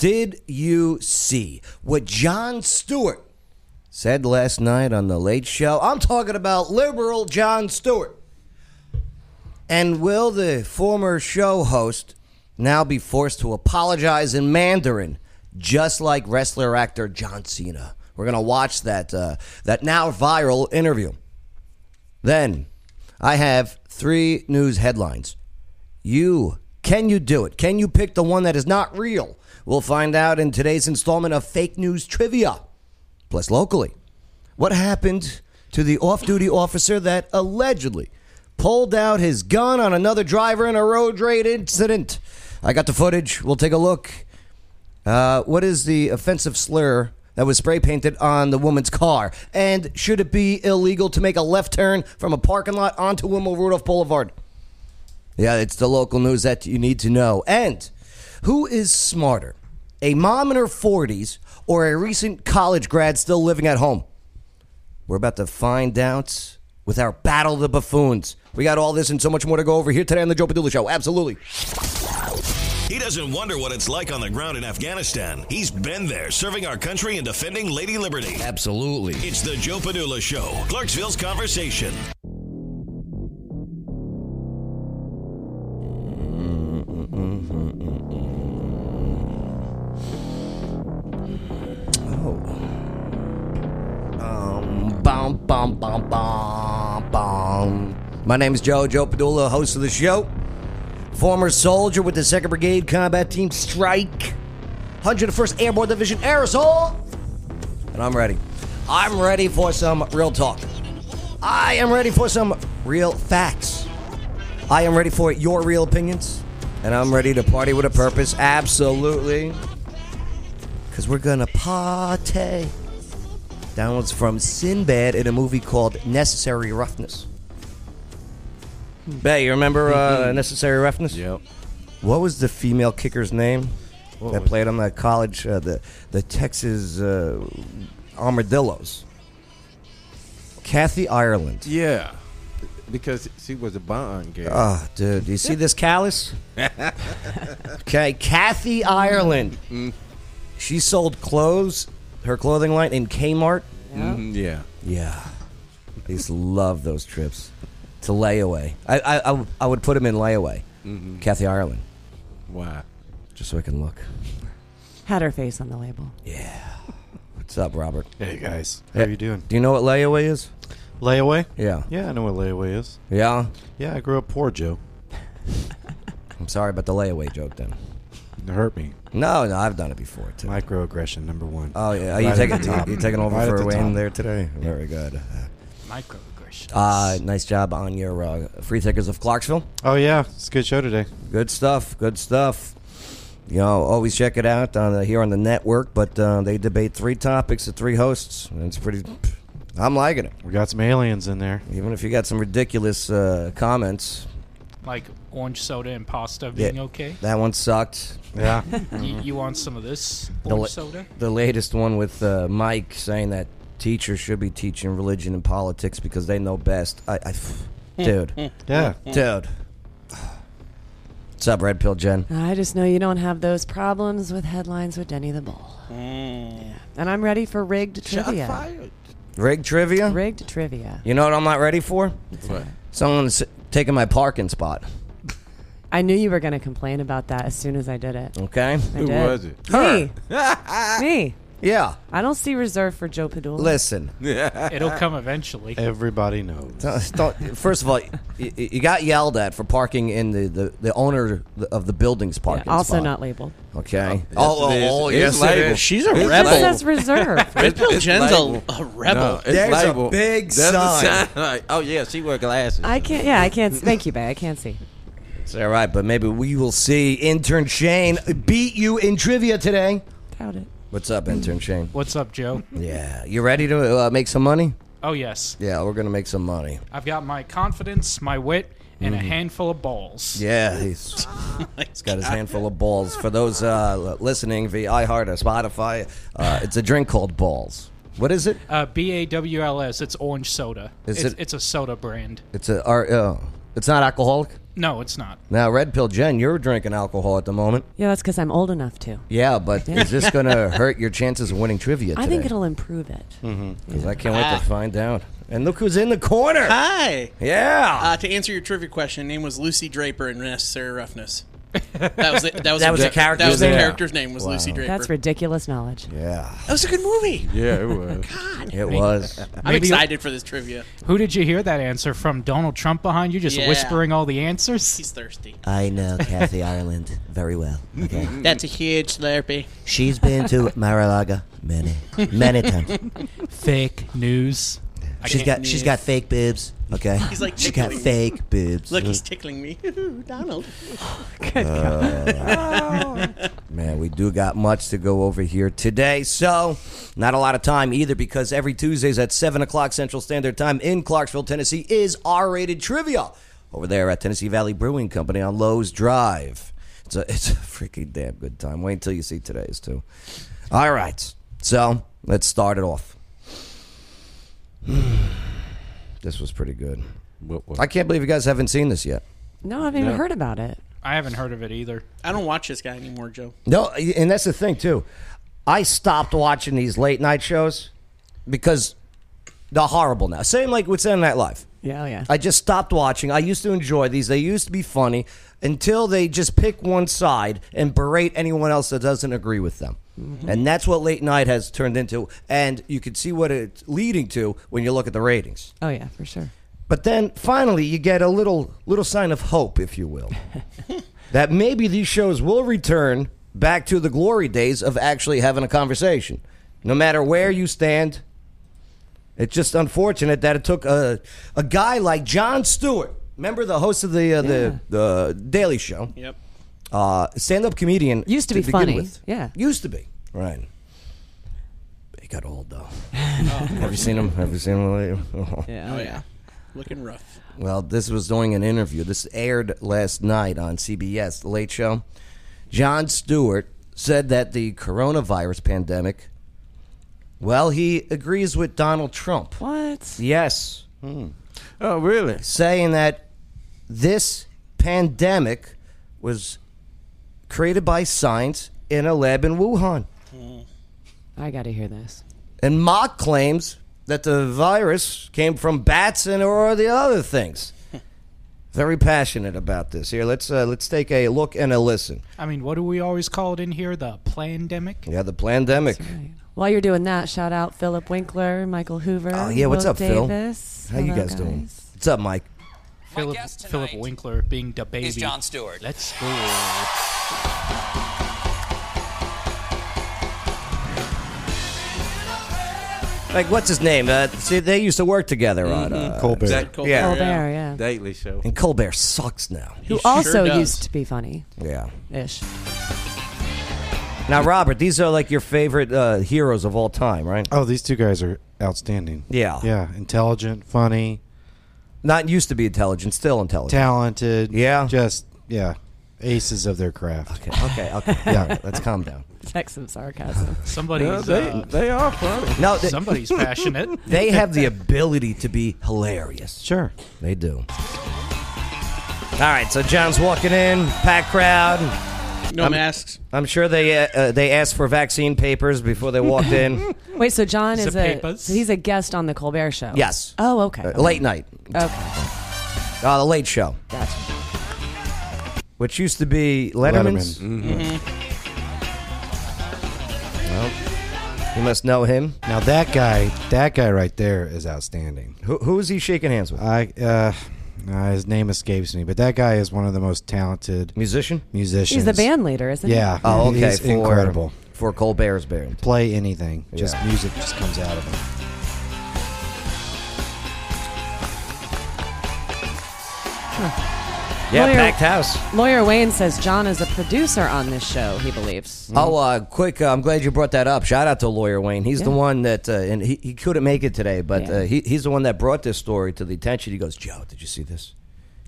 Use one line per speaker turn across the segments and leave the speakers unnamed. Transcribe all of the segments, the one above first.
Did you see what John Stewart said last night on The Late Show? I'm talking about liberal John Stewart. And will the former show host now be forced to apologize in Mandarin, just like wrestler actor John Cena? We're going to watch that, uh, that now viral interview. Then I have three news headlines. You can you do it? Can you pick the one that is not real? We'll find out in today's installment of Fake News Trivia. Plus, locally, what happened to the off duty officer that allegedly pulled out his gun on another driver in a road rage incident? I got the footage. We'll take a look. Uh, what is the offensive slur that was spray painted on the woman's car? And should it be illegal to make a left turn from a parking lot onto Wilma Rudolph Boulevard? Yeah, it's the local news that you need to know. And who is smarter, a mom in her 40s or a recent college grad still living at home? We're about to find out with our Battle of the Buffoons. We got all this and so much more to go over here today on the Joe Padula Show. Absolutely.
He doesn't wonder what it's like on the ground in Afghanistan. He's been there serving our country and defending Lady Liberty.
Absolutely.
It's the Joe Padula Show, Clarksville's Conversation.
Oh. Bom, bom, bom, bom, bom. My name is Joe, Joe Padula, host of the show. Former soldier with the 2nd Brigade Combat Team Strike, 101st Airborne Division Aerosol. And I'm ready. I'm ready for some real talk. I am ready for some real facts. I am ready for your real opinions. And I'm ready to party with a purpose. Absolutely. Because we're going to party downloads from Sinbad in a movie called Necessary Roughness. Bay, you remember
Mm-hmm.
uh, Necessary Roughness?
Yep.
What was the female kicker's name that played on the college, uh, the the Texas uh, Armadillos? Kathy Ireland.
Yeah, because she was a Bond girl.
Oh, dude, you see this callus? okay, Kathy Ireland.
Mm-hmm.
She sold clothes, her clothing line in Kmart.
Mm, yeah,
Yeah, they just love those trips to layaway. I I, I, w- I would put them in layaway, Kathy Ireland,
Mm-hmm. why?
just so I can look.
Had her face on the label.
What's up, Robert?
Hey guys, how are you doing?
Do you know what layaway is?
Layaway?
Yeah,
Yeah, I know what layaway is.
yeah.
Yeah, I grew up poor, Joe.
I'm sorry about the layaway joke then.
It hurt me.
No, no, I've done it before too.
Microaggression number one.
Oh yeah, are
Right
you
at
taking
the top.
you taking over
Right at
for
the
Wayne
top.
there today? Very good.
Microaggression.
Uh, nice job on your uh, free thinkers of Clarksville.
Oh yeah, it's a good show today.
Good stuff. Good stuff. You know, always check it out on the, here on the network. But uh, they debate three topics to three hosts, and it's pretty. I'm liking it,
We got some aliens in there.
even if you got some ridiculous uh, comments.
like orange soda and pasta being
Yeah.
okay.
That one sucked.
Yeah,
You, you want some of this
The
orange
la-
soda?
The latest one with uh, Mike saying that teachers should be teaching religion and politics because they know best. I, I dude,
yeah.
dude. What's up, Red Pill Jen?
I just know you don't have those problems with headlines with Denny the Bull.
Mm.
Yeah. And I'm ready for rigged trivia.
Rig trivia.
Rigged trivia.
You know what I'm not ready for?
What?
Someone's taking my parking spot.
I knew you were going to complain about that as soon as I did it.
Okay.
I
Who
did.
was it?
Me. Me.
Yeah.
I don't see reserve for Joe Padula.
Listen.
It'll come eventually.
Everybody knows.
don't- don't- first of all, you, you got yelled at for parking in the, the, the owner of the building's parking
also
spot.
not labeled.
Okay.
Oh, yes, it is. It's labeled.
She's a
It's
It just
rebel.
labeled.
says reserve.
Red Pill
It's
Jen's
labeled.
a, a rebel.
No, it's
There's a
labeled.
big
There's a
sign.
like, oh yeah, she wear glasses.
I can't. Yeah, I can't. Thank you, babe. I can't see.
It's all right, but maybe we will see intern Shane beat you in trivia today.
Doubt it.
What's up, intern Shane?
What's up, Joe?
Yeah. You ready to uh, make some money?
Oh yes,
Yeah, we're going to make some money.
I've got my confidence, my wit, and a handful of balls.
Mm. Yeah, he's,
Oh
he's got his handful of balls. For those uh, l- listening via iHeart or Spotify, uh, it's a drink called Balls. What is it?
Uh, B A W L S. It's orange soda.
Is
it's,
it-
it's a soda brand.
uh, It's a. Ar- oh, it's not alcoholic.
No, it's not.
Now, Red Pill Jen, you're drinking alcohol at the moment.
Yeah, that's because I'm old enough to.
Yeah, but
Yeah.
is this going to hurt your chances of winning trivia today? Mm-hmm.
I think it'll improve it.
'Cause I can't
Ah.
wait to find out. And look who's in the corner.
Hi.
Yeah.
Uh, to answer your trivia question, name was Lucy Draper in Necessary Roughness. That was the, that was
That was the
That was
character's
the
name.
character's name was Lucy Draper.
That's ridiculous knowledge.
yeah.
That was a good movie.
Oh
Yeah, it was.
It was.
I'm
Maybe-
excited for this trivia.
Who did you hear that answer from? Donald Trump behind you, just
Yeah.
whispering all the answers.
He's thirsty.
I know Kathy Ireland very well. Okay.
That's a huge slurpee.
She's been to Mar-a-Lago many, many times.
Fake news. I
She's
can't-
got she's got fake boobs. Okay.
He's like
she's got
tickling.
fake boobs.
Look, he's tickling me. Donald.
Man, we do got much to go over here today. So, not a lot of time either because every Tuesdays at 7 o'clock Central Standard Time in Clarksville, Tennessee is R rated trivia over there at Tennessee Valley Brewing Company on Lowe's Drive. It's a, it's a freaking damn good time. Wait until you see today's, too. All right. So, let's start it off. this was pretty good.
What- what-
I can't believe you guys haven't seen this yet.
No, I haven't even heard about it.
I haven't heard of it either.
I don't watch this guy anymore, Joe.
No, and that's the thing too. I stopped watching these late night shows because they're horrible now. Same like with Saturday Night Live.
Yeah, oh yeah.
I just stopped watching. I used to enjoy these. They used to be funny until they just pick one side and berate anyone else that doesn't agree with them.
Mm-hmm.
And that's what late night has turned into. And you can see what it's leading to when you look at the ratings.
oh yeah, for sure.
But then finally, you get a little little sign of hope, if you will, that maybe these shows will return back to the glory days of actually having a conversation. No matter where you stand, it's just unfortunate that it took a a guy like John Stewart, remember the host of the uh, the the Daily Show,
Yep.
uh, stand up comedian,
Used to be
begin
funny,
with.
yeah.
used to be right. He got old though. Have you seen him? Have you seen him? lately?
Yeah.
Oh yeah. Looking rough.
Well, this was during an interview. This aired last night on CBS, The Late Show. John Stewart said that the coronavirus pandemic, well, he agrees with Donald Trump.
What?
Yes.
Oh, really?
Saying that this pandemic was created by science in a lab in Wuhan.
I got to hear this.
And Mock claims that the virus came from bats and or the other things. Very passionate about this. Here, let's uh, let's take a look and a listen.
I mean, what do we always call it in here? The pandemic.
Yeah, the pandemic.
Right. While you're doing that, shout out Philip Winkler, Michael Hoover.
Oh, yeah, what's
Will
up, Phil?
Davis.
How you
Hello,
guys, doing? What's up, Mike?
Philip
guest tonight
Philip Winkler being the baby.
is John Stewart.
Let's go.
Like, what's his name? Uh, see, they used to work together on uh,
Mm-hmm. Colbert.
That
Colbert.
Yeah.
Colbert, yeah.
Daily Show.
And Colbert sucks now.
Who
sure
also
does.
used to be funny
Yeah.
ish.
Now, Robert, these are like your favorite uh, heroes of all time, right?
Oh, these two guys are outstanding.
Yeah.
Yeah. Intelligent, funny,
Not used to be intelligent, still intelligent.
talented.
Yeah.
Just, yeah. Aces of their craft.
okay, okay. Yeah, let's calm down.
Text some sarcasm.
Somebody's
Yeah, they,
uh,
they are funny.
No, they,
somebody's passionate.
they have the ability to be hilarious.
Sure.
They do. All right, so John's walking in, packed crowd.
No masks.
I'm sure they uh, uh, they asked for vaccine papers before they walked in.
Wait, so John is a
Zapepas.
he's a guest on the Colbert Show.
Yes.
Oh, okay.
Uh, late night,
Okay,
uh, the late show,
gotcha.
which used to be Letterman's. Mm-hmm.
Letterman.
Mm-hmm.
Mm-hmm.
You must know him.
Now that guy, that guy right there is outstanding.
Who, who is he shaking hands with?
I uh, uh, his name escapes me, but that guy is one of the most talented
Musician.
musicians.
He's the band leader, isn't he?
Yeah.
Oh, okay.
He's
for,
incredible.
for Colbert's band.
Play anything, just
Yeah.
music just comes out of him.
Yeah,
Lawyer-
packed house.
Lawyer Wayne says John is a producer on this show. He believes.
Oh, uh, quick! Uh, I'm glad you brought that up. Shout out to Lawyer Wayne. He's the
Yeah.
one that, uh, and he, he couldn't make it today, but
Yeah.
uh, he, he's the one that brought this story to the attention. He goes, Joe, did you see this?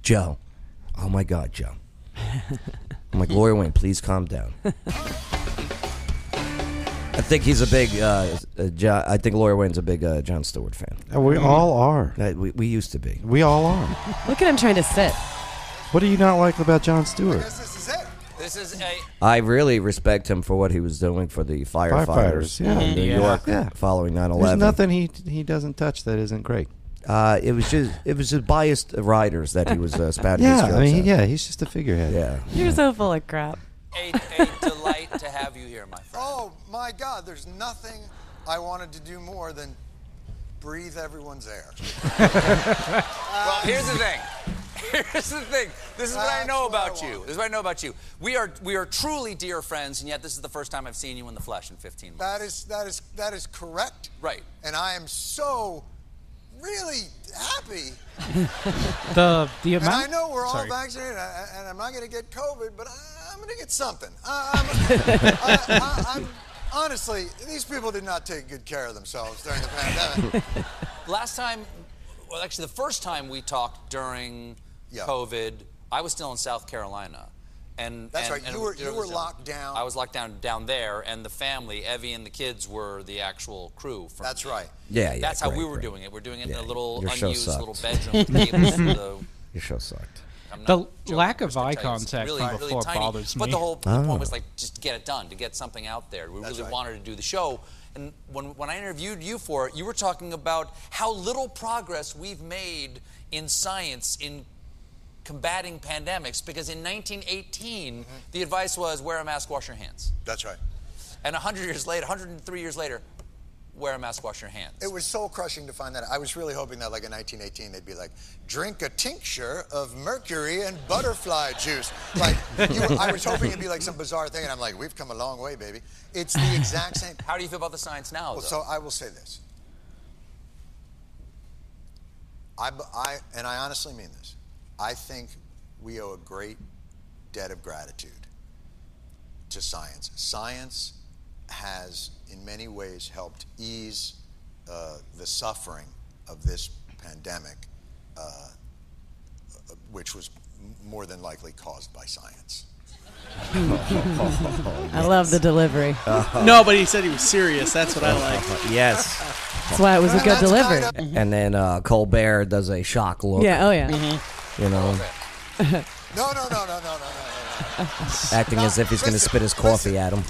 Joe, oh my God, Joe. I'm like, Lawyer Wayne, please calm down. I think he's a big. Uh, uh, John, I think Lawyer Wayne's a big uh, John Stewart fan.
Uh, We all are.
Uh, we, we used to be.
We all are.
Look at him trying to sit.
What do you not like about John Stewart?
This is it. This is a
I really respect him for what he was doing for the firefighters
Firefighters, yeah.
in New
Mm-hmm.
Yeah.
York
Yeah.
following 9
There's
11.
nothing he he doesn't touch that isn't great.
Uh, it was just it was just biased riders that he was uh, spouting his
Yeah, I
guts
mean,
at.
yeah, he's just a figurehead.
yeah.
You're so full of crap.
a, a delight to have you here, my friend.
Oh my God, there's nothing I wanted to do more than breathe everyone's air.
Well, here's the thing. Here's the thing. This is what I
That's
know
what I
about you.
want.
This is what I know about you. We are we are truly dear friends, and yet this is the first time I've seen you in the flesh in 15 months.
That is that is that is correct.
Right.
And I am so really happy.
The the
And I
amount.
know we're all
Sorry.
vaccinated, I- I- and I'm not going to get COVID, but I, I'm going to get something. I, I'm, I, I, I'm, honestly, these people did not take good care of themselves during the pandemic.
Last time, well, actually, the first time we talked during
Yeah.
COVID, I was still in South Carolina. And
That's
and-
right.
and
You were-
there
you were
was a-
locked down.
I was locked down down there, and the family, Evie and the kids, were the actual crew. From
That's
the-
right.
Yeah, yeah,
That's how we
great,
were
great.
doing it. We're doing it in a
Yeah,
little
your show
unused
sucked.
little bedroom. with tables for the-
Your show sucked.
I'm
The
not joking,
lack
I
of
should
eye
tell you, it's
contact
really,
from
really
before
tiny.
bothers
But
me.
the whole the
Oh.
point was like just to get it done, to get something out there. We really
right.
wanted to do the show. And when, when I interviewed you for it, you were talking about how little progress we've made in science in combating pandemics because in 1918 the advice was wear a mask, wash your hands.
Mm-hmm. That's right.
And 100 years later, 103 years later, wear a mask, wash your hands.
It was soul crushing to find that. I was really hoping that, like in 1918, they'd be like, drink a tincture of mercury and butterfly juice. Like, you were, I was hoping it'd be like some bizarre thing, and I'm like, we've come a long way, baby. It's the exact same.
how do you feel about the science now?
Well,
though?
so I will say this. I, b- I- and I honestly mean this. I think we owe a great debt of gratitude to science. Science has, in many ways, helped ease uh, the suffering of this pandemic, uh, which was m- more than likely caused by science.
Mm-hmm.
I love the delivery.
No, but he said he was serious. That's what I like.
Uh-huh. Yes.
That's why it was a good delivery.
and then uh, Colbert does a shock look. Mm-hmm.
Yeah, oh yeah.
You know,
No, no, no, no, no, no, no, no. no.
acting as if he's going to
Listen,
spit his coffee
listen.
at him.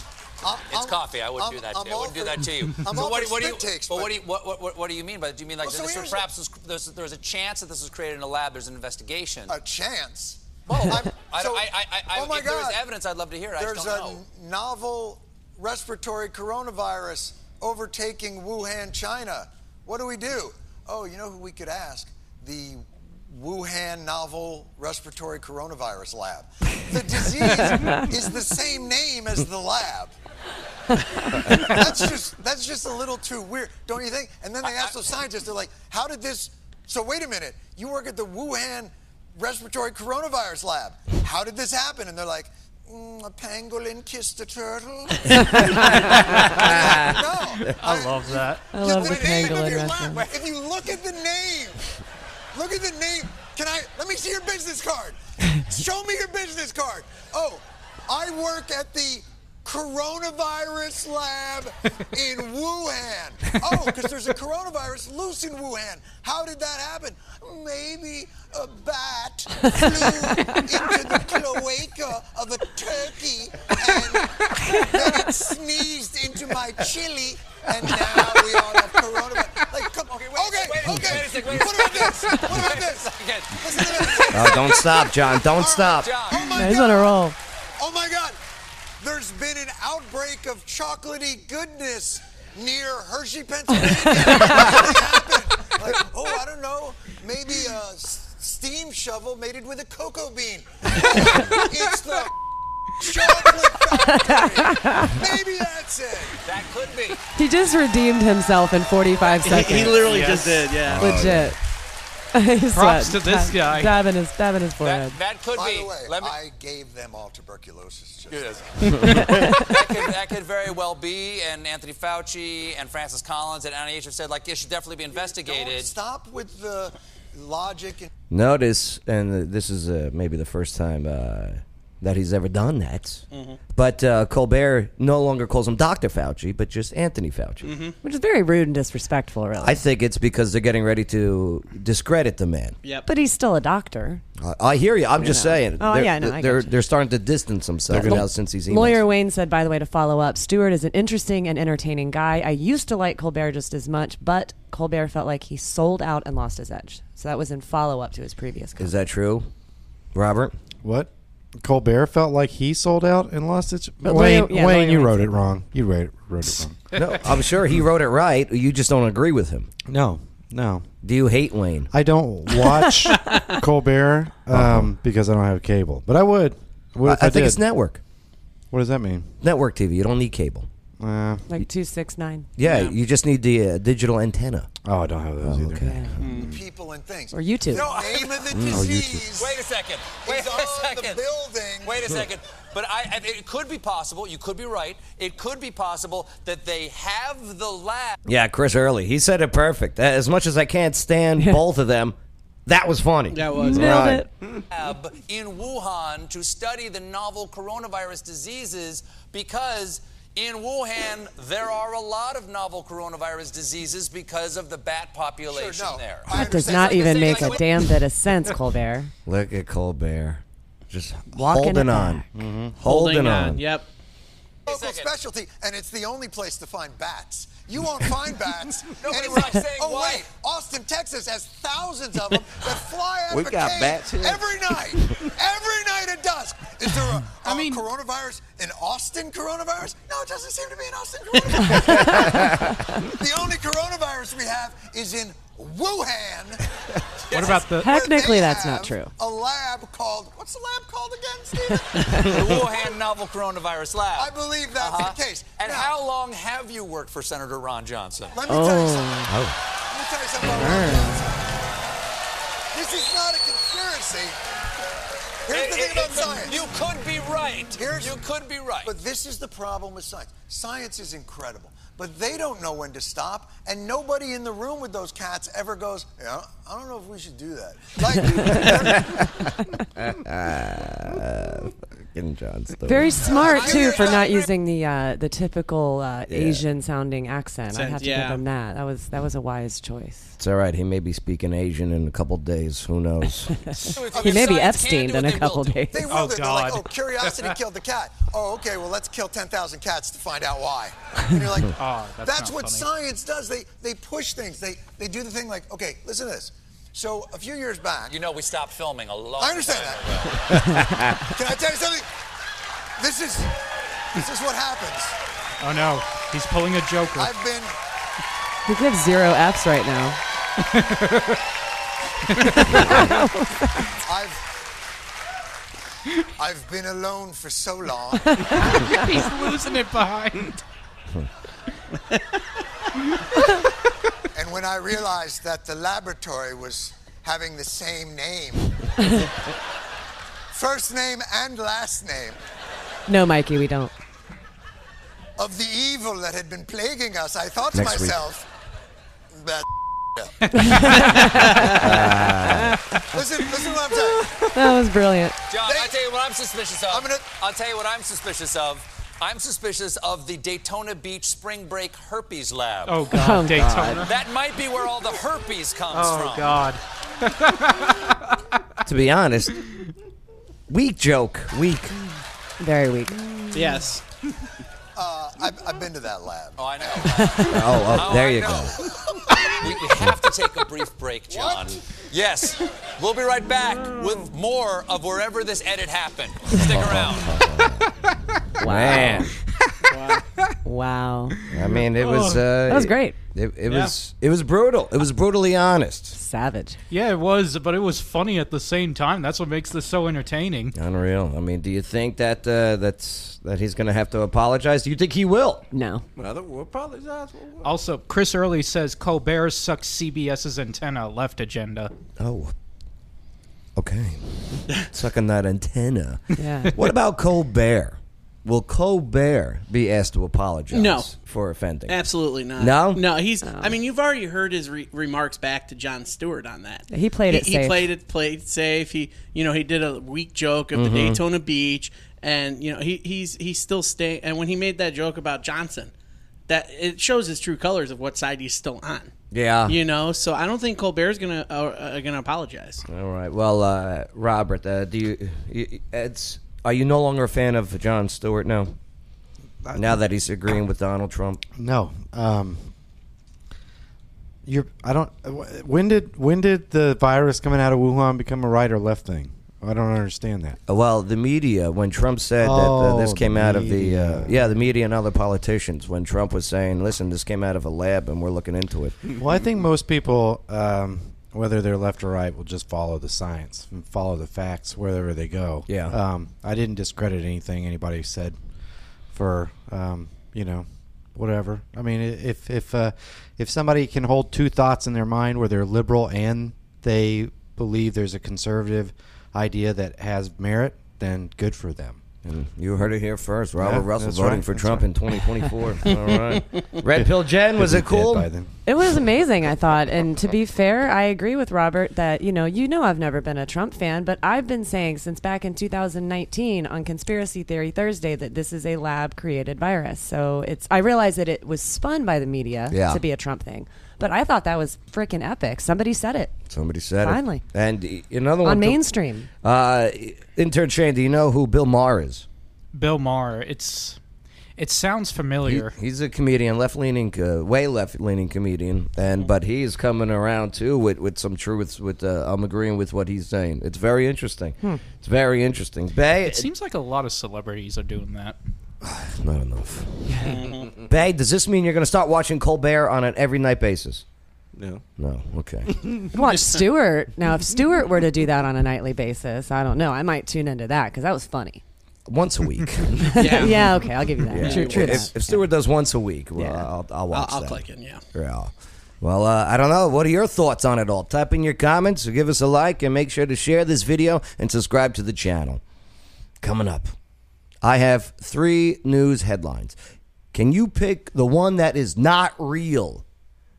I'm-
It's
I'm-
coffee. I wouldn't
I'm-
do that
I'm
to you. I
all
wouldn't do
for-
that to you.
I'm
so
all
what, do-
for
what do you?
spit takes,
but
but-
what do you? What, what, what, what do you mean by? Do you mean like
Well, so
this? Was
here's
perhaps this, there's, there's a chance that this was created in a lab. There's an investigation.
a chance.
well,
I'm-
Oh, I,
so-
I, I, I,
oh my
if
God!
there's evidence, I'd love to hear. it. I
There's
just don't know.
a novel respiratory coronavirus overtaking Wuhan, China. What do we do? Oh, you know who we could ask? The Wuhan novel respiratory coronavirus lab. The disease is the same name as the lab. that's just that's just a little too weird, don't you think? And then they ask those scientists, they're like, "How did this?" So wait a minute, you work at the Wuhan respiratory coronavirus lab. How did this happen? And they're like, mm, "A pangolin kissed a turtle." no,
I love that.
I love the
name of
pangolin
your
restaurant.
lab. If you look at the name, look at the name. Can I? Let me see your business card. Show me your business card. Oh, I work at the coronavirus lab in Wuhan. Oh, because there's a coronavirus loose in Wuhan. How did that happen? Maybe a bat flew into the cloaca of a turkey and then it sneezed into my chili and now we all have coronavirus. Like, come on. Okay, okay,
wait, wait,
okay.
wait a second, wait a
what about this? What about this?
Again,
Listen to this.
Oh, don't stop, John. Don't stop.
Oh
John,
my
Yeah, he's on a
God.
roll.
Oh my God! There's been an outbreak of chocolatey goodness near Hershey, Pennsylvania. What happened? Like, oh, I don't know. Maybe a s- steam shovel mated with a cocoa bean. Oh, it's the chocolate factory. Maybe that's it.
that could be.
He just redeemed himself in 45 seconds.
He, he literally
Yes. Oh,
just did. Yeah.
Legit. He's
Props
sweating.
to this
Dab-
guy.
Dabbing his, dabbing his forehead.
That, that could
By
be.
the way,
Let me.
I gave them all tuberculosis. Just
that, could, that could very well be. And Anthony Fauci and Francis Collins at NIH have said like it should definitely be
Don't
investigated.
stop with the logic and
Notice, and this is uh, maybe the first time uh, that he's ever done that.
Mhm.
But uh, Colbert no longer calls him Dr. Fauci, but just Anthony Fauci.
Mm-hmm.
Which is very rude and disrespectful, really.
I think it's because they're getting ready to discredit the man.
Yep. But he's still a doctor.
I, I hear you. I'm
You
just
know.
saying.
Oh,
they're,
yeah, no, I
they're
gotcha.
they're starting to distance themselves now since he's
Lawyer Wayne said, by the way, to follow up, Stewart is an interesting and entertaining guy. I used to like Colbert just as much, but Colbert felt like he sold out and lost his edge. So that was in follow up to his previous.
Is that true, Robert?
What? Colbert felt like he sold out and lost it.
But
Wayne,
Lawyer- yeah,
Wayne,
Lawyer
you
Wayne
wrote
said
it wrong. You wrote it, wrote it wrong.
no, I'm sure he wrote it right. You just don't agree with him.
No, no.
Do you hate Wayne?
I don't watch Colbert um,
Uh-huh.
because I don't have cable, but I would. What
I-
if
I
I,
think
did?
it's network.
What does that mean?
Network TV. You don't need cable.
Uh,
Like 269.
yeah, you just need the uh, digital antenna.
Oh, I don't have those either. Hmm.
People and things.
Or YouTube.
No, name of the
Oh,
Mm, or YouTube.
disease.
Wait a second. Wait
He's
a
on
second.
the building.
Wait a second. But I, I- it could be possible. You could be right. It could be possible that they have the lab.
Yeah, Chris Early. He said it perfect. As much as I can't stand both of them, that was funny.
That was.
Right.
lab in Wuhan to study the novel coronavirus diseases because in Wuhan there are a lot of novel coronavirus diseases because of the bat population there.
That does not even make a damn bit of sense, Colbert.
Look at Colbert. Just
Walking
holding
it
on.
back.
Mm-hmm.
Holding,
Holding
on.
on. Yep.
Local specialty, and it's the only place to find bats. You won't find bats
but
anywhere.
I'm saying
oh
why-
wait, Austin, Texas has thousands of them that fly out
We
of a
got
cave
bats here.
every night, every night at dusk. Is there a, a coronavirus in Austin? Coronavirus? No, it doesn't seem to be in Austin. Coronavirus. the only coronavirus we have is in Wuhan.
What about the?
Technically, that's not true.
A lab called what's the lab called again, Steven?
the Wuhan novel coronavirus lab.
I believe that's
Uh-huh.
the case.
And
Now-
how long have you worked for Senator Ron Johnson?
Let me tell you something.
Oh.
Let me tell you something about Ron Johnson. This is not a conspiracy. Here's the
It-
thing
it-
about
it's a-
science.
You could be right.
Here's-
you could be right.
But this is the problem with science. Science is incredible, but they don't know when to stop, and nobody in the room with those cats ever goes, yeah, I don't know if we should do that. Like,
Uh, fucking John Stewart.
Very smart too for not using the uh, the typical uh,
Yeah.
Asian sounding accent. I
Accent,
have to
yeah.
give him that. That was that was a wise choice.
It's all right. He may be speaking Asian in a couple days. Who knows?
he may be Epstein in a couple days.
They will. They're like, oh, curiosity killed the cat. Oh, okay, well, let's kill 10,000 cats to find out why. And you're like,
Oh,
that's,
that's not
what
funny.
science does. They, they push things. They, they do the thing like, okay, listen to this. So a few years back,
You know, we stopped filming a long
I understand
time
that.
ago.
Can I tell you something? This is, this is what happens.
Oh no, he's pulling a Joker.
I've been
He gives zero F's right now.
I've I've been alone for so long.
he's losing it behind.
and when I realized that the laboratory was having the same name, first name and last name,
No, Mikey, we don't.
of the evil that had been plaguing us, I thought
Next
to
week.
myself, that. listen, listen to what I'm saying.
That was brilliant.
John, I tell you what I'm suspicious of. I'm gonna... I'll tell you what I'm suspicious of. I'm suspicious of the Daytona Beach spring break herpes lab.
Oh, God, Oh, Daytona. God.
That might be where all the herpes comes
Oh
from.
God.
to be honest, weak joke. Weak.
Very weak.
Yes.
Uh, I've, I've been to that lab.
Oh, I know.
oh, there you go.
we, we have to take a brief break, John. Yes. We'll be right back with more of wherever this edit happened. Stick around.
Man.
Wow.
I mean, it
Oh.
was. Uh,
That was great.
It, it
Yeah.
was. It was brutal. It was brutally honest.
Savage.
Yeah, it was, but it was funny at the same time. That's what makes this so entertaining.
Unreal. I mean, do you think that uh, that's that he's going to have to apologize? Do you think he will?
No.
Well, we'll apologize. Also, Chris Early says Colbert sucks CBS's antenna left agenda.
Oh. Okay. Sucking that antenna.
Yeah.
What about Colbert? Will Colbert be asked to apologize
No.
for offending?
Absolutely not.
No?
no. He's. I mean, you've already heard his re- remarks back to John Stewart on that.
He played it
He,
safe.
played it. Played it safe. He, you know, he did a weak joke of the
Mhm.
Daytona Beach, and you know, he he's he's still staying. And when he made that joke about Johnson, that it shows his true colors of what side he's still on.
Yeah.
You know, so I don't think Colbert's gonna uh, uh, gonna apologize.
All right. Well, uh, Robert, uh, do you? you- It's are you no longer a fan of John Stewart now? Now that he's agreeing with Donald Trump.
No. Um, you're. I don't. When did when did the virus coming out of Wuhan become a right or left thing? I don't understand that.
Uh, Well, the media when Trump said that uh, this
Oh,
came
the
out of the uh, yeah the media and other politicians when Trump was saying, "Listen, this came out of a lab and we're looking into it."
Well, I think most people, um, whether they're left or right, will just follow the science and follow the facts wherever they go.
Yeah.
Um, I didn't discredit anything anybody said for, um, you know, whatever. I mean, i- if if uh, if somebody can hold two thoughts in their mind where they're liberal and they believe there's a conservative idea that has merit, then good for them.
And Mm. you heard it here first. Robert
Yeah,
Russell
that's
voting
right,
for
that's
Trump
right.
in 2024. All right. Red Pill Jen, was
Could
it
be dead
cool?
by then.
It was amazing, I thought. And to be fair, I agree with Robert that, you know, you know I've never been a Trump fan, but I've been saying since back in 2019 on Conspiracy Theory Thursday that this is a lab created virus. So it's, I realize that it was spun by the media
Yeah.
to be a Trump thing, but I thought that was freaking epic. Somebody said it.
Somebody said
Finally.
it. Finally. And uh, another
On
one. too.
mainstream.
Uh, intern Shane, do you know who Bill Maher is?
Bill Maher. It's it sounds familiar.
He- he's a comedian, left leaning, uh, way left leaning comedian, and but he is coming around too with, with some truths. With uh, I'm agreeing with what he's saying. It's very interesting.
Hmm.
It's very interesting. Bay,
it seems like a lot of celebrities are doing that.
not enough. Bay, does this mean you're going to start watching Colbert on an every night basis?
No.
No. Okay.
Watch Stewart. Now, if Stewart were to do that on a nightly basis, I don't know. I might tune into that because that was funny.
Once a week.
Yeah. okay. I'll give you that.
Yeah.
True, true.
If, if Stewart does once a week, well, I'll, I'll watch
I'll
that.
click in, yeah.
Yeah. Well, uh, I don't know. What are your thoughts on it all? Type in your comments, give us a like, and make sure to share this video and subscribe to the channel. Coming up, I have three news headlines. Can you pick the one that is not real?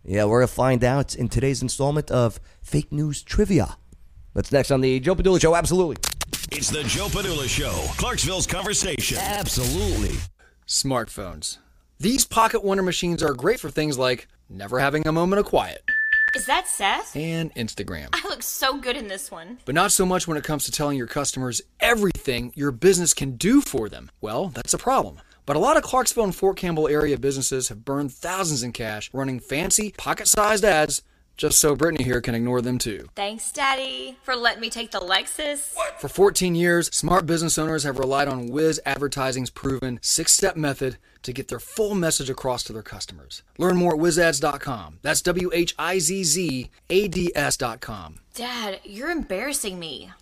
Yeah, we're going to find out in today's installment of Fake News Trivia. That's next on the Joe Padula Show. Absolutely.
It's the Joe Padula Show, Clarksville's conversation.
Absolutely. Smartphones. These pocket wonder machines are great for things like never having a moment of quiet
Is that Seth?
and Instagram.
I look so good in this one.
But not so much when it comes to telling your customers everything your business can do for them. Well, that's a problem. But a lot of Clarksville and Fort Campbell area businesses have burned thousands in cash running fancy, pocket sized ads just so Brittany here can ignore them too.
Thanks, Daddy, for letting me take the Lexus. What?
For 14 years, smart business owners have relied on Wiz Advertising's proven six step method to get their full message across to their customers. Learn more at wizads.com. That's W H I Z Z A D S.com.
Dad, you're embarrassing me.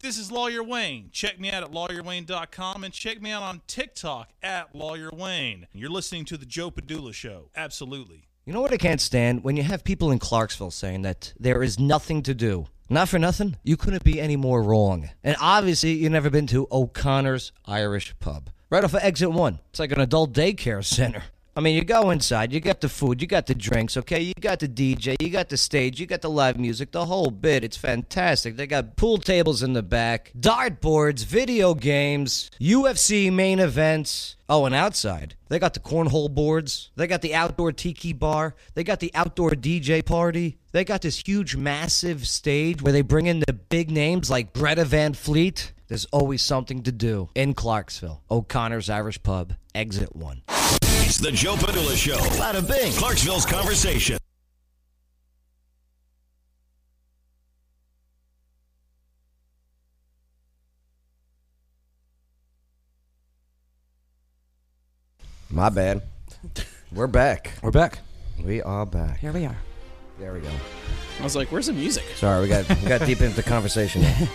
This is Lawyer Wayne. Check me out at lawyerwayne.com and check me out on TikTok at Lawyer Wayne. You're listening to The Joe Padula Show. Absolutely.
You know what I can't stand? When you have people in Clarksville saying that there is nothing to do. Not for nothing, you couldn't be any more wrong. And obviously, you've never been to O'Connor's Irish Pub. Right off of exit one. It's like an adult daycare center. I mean, you go inside, you got the food, you got the drinks, okay? You got the DJ, you got the stage, you got the live music, the whole bit. It's fantastic. They got pool tables in the back, dartboards, video games, UFC main events. Oh, and outside, they got the cornhole boards. They got the outdoor tiki bar. They got the outdoor DJ party. They got this huge, massive stage where they bring in the big names like Greta Van Fleet. There's always something to do in Clarksville. O'Connor's Irish Pub, exit one.
It's the Joe Padula Show. Bada bing. Clarksville's conversation.
My bad. We're back.
We're back.
We are back.
Here we are.
There we go.
I was like, "Where's the music?"
Sorry, we got we got deep into the conversation. there.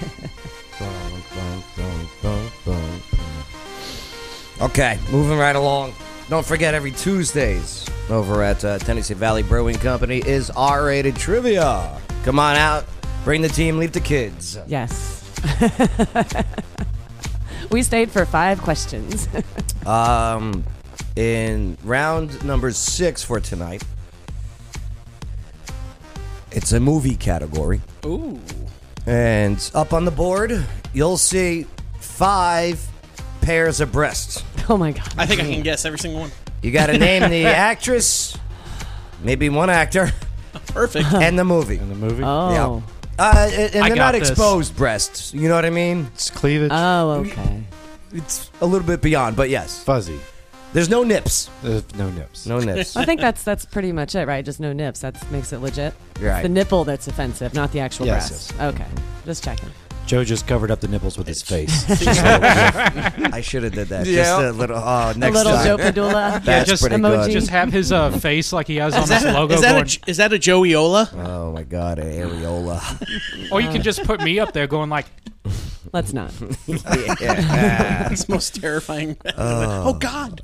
Okay, moving right along. Don't forget every Tuesdays over at uh, Tennessee Valley Brewing Company is R-rated trivia. Come on out, bring the team, leave the kids.
Yes. We stayed for five questions.
Um, in round number six for tonight, it's a movie category.
Ooh.
And up on the board, you'll see five pairs of breasts.
Oh my god!
I think I can guess every single one.
You got to name the actress, maybe one actor.
Perfect.
And the movie. And
the movie.
Oh.
Yeah. Uh, and and
I
they're
got
not
this.
exposed breasts. You know what I mean? It's
cleavage.
Oh, okay.
It's a little bit beyond, but yes.
Fuzzy.
There's no nips.
There's no nips.
No nips.
I think that's that's pretty much it, right? Just no nips. That makes it legit. It's
Right.
the nipple that's offensive, not the actual
Yes,
breast. Okay, just checking.
Joe just covered up the nipples with his face.
I should have did that. Just a little. Oh, next time. That's
yeah, just,
pretty good.
just have his uh, face like he has on his logo.
is, that
going,
a, is that a Joeyola?
Oh my God, an areola.
or you can just put me up there going like,
Let's not.
Yeah.
it's the most terrifying.
Oh.
oh God.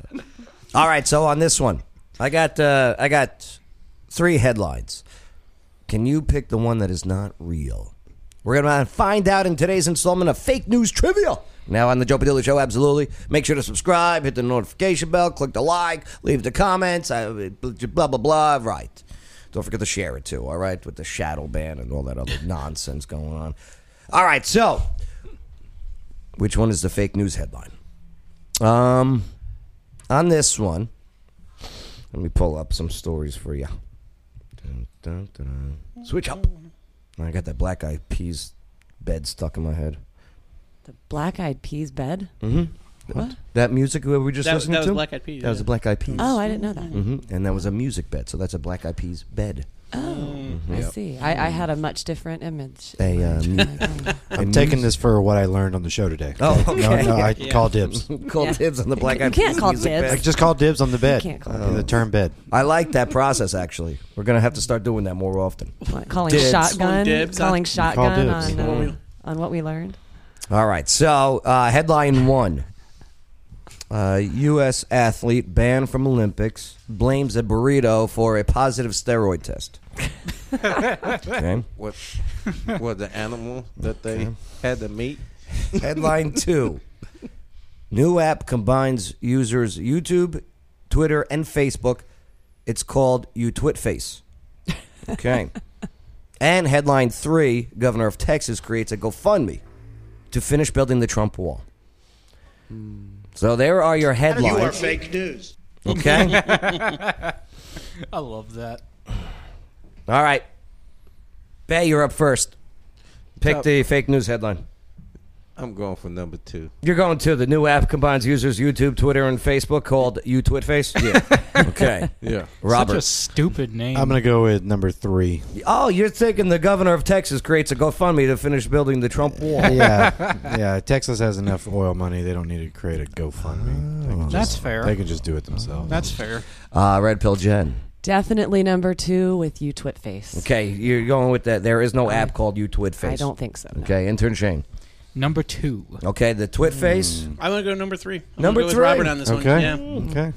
All right, so on this one, I got uh, I got three headlines. Can you pick the one that is not real? We're gonna find out in today's installment of fake news trivia. Now on the Joe Padilla Show, absolutely. Make sure to subscribe, hit the notification bell, click the like, leave the comments, uh, blah blah blah. Right. Don't forget to share it too. All right, with the shadow ban and all that other nonsense going on. All right, so which one is the fake news headline? Um, on this one, let me pull up some stories for you. Dun, dun, dun. Switch up. I got that black eyed peas bed stuck in my head.
Black Eyed Peas bed.
Mm-hmm.
What?
That music we were just
That was-
listening
that was
to?
Black Eyed Peas,
That was
yeah.
a black eyed peas.
Oh, I didn't know that.
hmm And that was a music bed, so that's a black eyed peas bed. Oh,
I see. I, I had a much different image.
A, uh, mu- a
I'm taking
music-
this for what I learned on the show today.
Oh,
No,
okay.
no, I
Yeah.
call dibs.
call
Yeah.
dibs on the black
You
eyed peas.
can't call
music
dibs.
bed.
I just call dibs on the bed.
can't call
The term bed.
I like that process actually. We're gonna have to start doing that more often.
Calling
Dibs.
shotgun.
dibs on-
calling shotgun
dibs.
on, uh, on what we learned.
All right. So, uh, headline one uh, U.S. athlete banned from Olympics blames a burrito for a positive steroid test. Okay.
What? What the animal that they
Okay.
had to meet?
Headline two New app combines users' YouTube, Twitter, and Facebook. It's called UTwitface. Okay. and headline three Governor of Texas creates a GoFundMe to finish building the Trump wall. So there are your headlines.
Hmm. You are fake news.
Okay.
I love that.
All right. Bay, you're up first. Pick
Top-
the fake news headline.
I'm going for number two.
You're going to the new app combines users YouTube, Twitter, and Facebook called UTwitface. Yeah. okay. Robert.
Such a stupid name.
I'm going to go with number three.
Oh, you're thinking the governor of Texas creates a GoFundMe to finish building the Trump wall?
yeah, yeah. Texas has enough oil money; they don't need to create a GoFundMe. They can
That's
just-
fair.
They can just do it themselves.
That's fair.
Uh, Red Pill Jen.
Definitely number two with you, Twitface.
Okay, you're going with that. There is no app called UTwitface.
I don't think so, no.
Okay, intern Shane.
Number two.
Okay, the Twitface.
I'm gonna go number three. I'm
Number
gonna go
three.
With Robert on this one.
Okay.
Yeah.
Okay.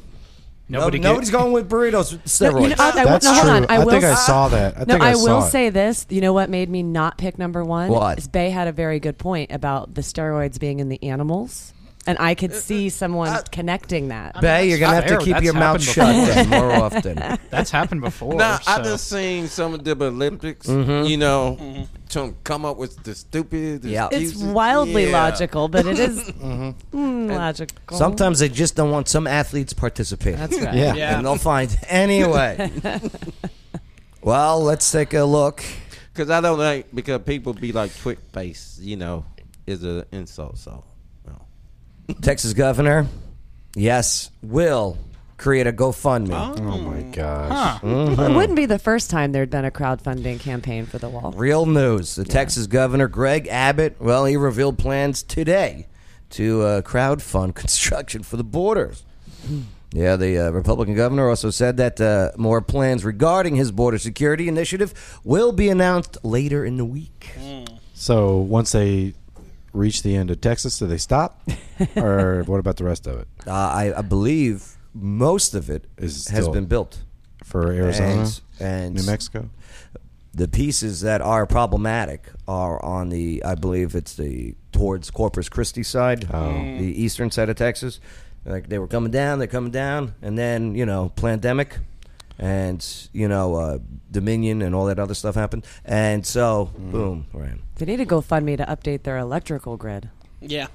Nobody nobody's going with burritos with steroids.
No, you know, I- I will-
That's
no, hold
true.
on. I,
I
will
think I
s-
saw that. I
no,
think I
will
saw it.
say this. You know what made me not pick number one?
What?
Is Bay had a very good point about the steroids being in the animals. And I
Uh,
could see someone connecting that.
Bay, you're gonna have to keep your mouth shut then, more often.
That's happened before.
Nah, I
so-
just seen some of the Olympics.
Mhm.
You know, to come up with the stupid.
Mm-hmm. Yeah. It's
Mm-hmm. It's wildly
Yeah.
logical, but it is
Mhm.
mm,
Mm-hmm.
logical.
Sometimes they just don't want some athletes participating.
That's right. Yeah. Yeah.
And they'll find anyway. well, let's take a look.
Because I don't like because people be like twit face. You know, is an insult. So
Texas governor, yes, will create a GoFundMe. Mm-hmm.
Oh, my gosh.
hmm. It wouldn't be the first time there'd been a crowdfunding campaign for the wall.
Real news. The Texas governor, Greg Abbott, well, he revealed plans today to uh, crowdfund construction for the borders. Yeah, the uh, Republican governor also said that uh, more plans regarding his border security initiative will be announced later in the week.
Mm.
So once they reach the end of Texas, do they stop, or what about the rest of it?
Uh, I, I believe most of it
Is
has
still
been built
for Arizona,
and, and
New Mexico?
The pieces that are problematic are on the, I believe it's the towards Corpus Christi side,
Hmm.
Oh.
the eastern side of Texas. Like they were coming down, they're coming down, and then you know, pandemic, and you know, uh, Dominion and all that other stuff happened, and so
Hmm.
boom, right.
They need a GoFundMe to update their electrical grid.
Yeah.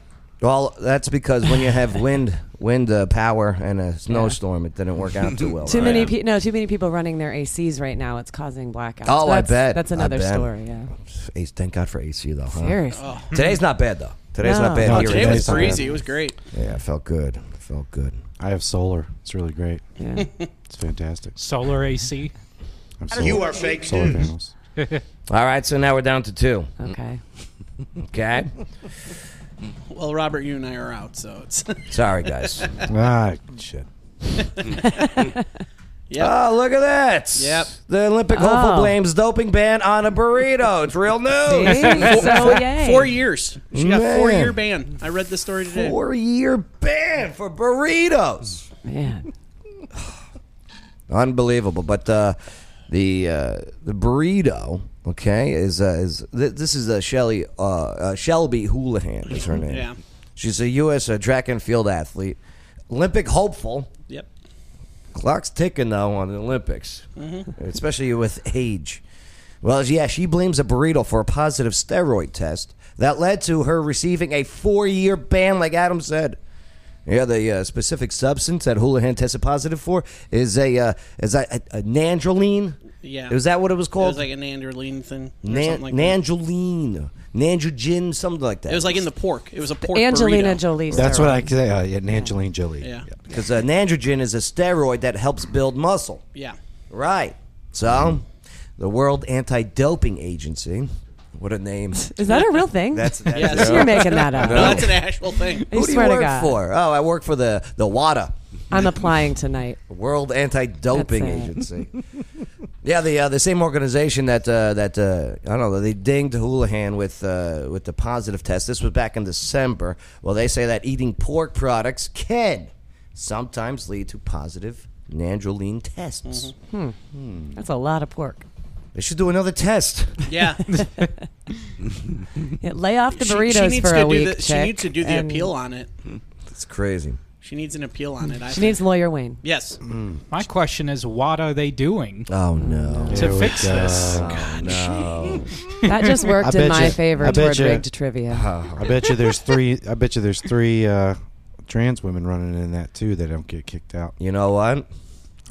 Well, that's because when you have wind, wind uh, power, and a snowstorm, it didn't work out too well.
too
right?
many pe- no, too many people running their ACs right now. It's causing blackouts.
Oh,
that's,
I bet.
That's
I
another
bet.
story. Yeah.
Ace- Thank God for AC though. Huh?
Seriously. Oh.
Today's not bad though. Today's
No.
not bad.
No,
here.
today
It
was
is not
breezy.
bad.
It was great.
Yeah, it felt good. It felt good.
I have solar. It's really great.
Yeah.
it's fantastic.
Solar AC.
I'm solar- You are fake solar news.
All right, so now we're down to two.
Okay.
Okay.
Well, Robert, you and I are out, so it's.
Sorry, guys.
ah, shit.
Yep.
Oh, look at that.
Yep.
The Olympic hopeful
Oh.
blames doping ban on a burrito. It's real news.
Four- four- four years. She got
Man.
four year ban. I read the story today.
Four year ban for burritos.
Man.
Unbelievable. But uh, the uh, the burrito, okay, is uh, is th- this is uh, Shelly uh, uh, Shelby Houlihan is her name.
Yeah.
She's a U.S. Uh, track and field athlete, Olympic hopeful.
Yep.
Clock's ticking though on the Olympics,
Mhm.
especially with age. Well, yeah, she blames a burrito for a positive steroid test that led to her receiving a four-year ban, like Adam said. Yeah, the uh, specific substance that Houlihan tested positive for is a uh, is a, a, a nandrolene.
Yeah.
is that what it was called?
It was like an Anderlean thing. or
Nan-
something like that.
nandrolene, nandrogen, something like that.
It was like in the pork. It was a pork. burrito.
That's what I could say. Uh, yeah, Angelina Jolie.
Yeah.
because uh, nandrogen is a steroid that helps build muscle.
Yeah.
Right. So, the World Anti Doping Agency. What a name.
Is that a real thing?
That's, that's
Yes. You're making that up. No, that's
an actual thing. I
Who do
swear
you
to
work
God.
for? Oh, I work for the, the WADA,
I'm applying tonight.
World Anti Doping
That's it.
Agency. yeah, the uh, the same organization that uh, that uh, I don't know they dinged Houlihan with uh, with the positive test. This was back in December. Well, they say that eating pork products can sometimes lead to positive nandrolene tests.
Hmm. That's a lot of pork.
They should do another test.
Yeah.
Yeah, lay off the
She- she
burritos
needs
for
to
a
do
week.
the- she
chick,
needs to do the
and
appeal on it.
Hmm. It's crazy.
She needs an appeal on it. I
She needs lawyer Wayne.
Yes.
My question is, what are they doing?
Oh no!
To fix this.
no.
Oh, That just worked
I
in
bet
my
you-
favor
I bet
toward
you-
rigged trivia.
Oh,
I bet you there's three. I bet you there's three uh, trans women running in that too that don't get kicked out.
You know what?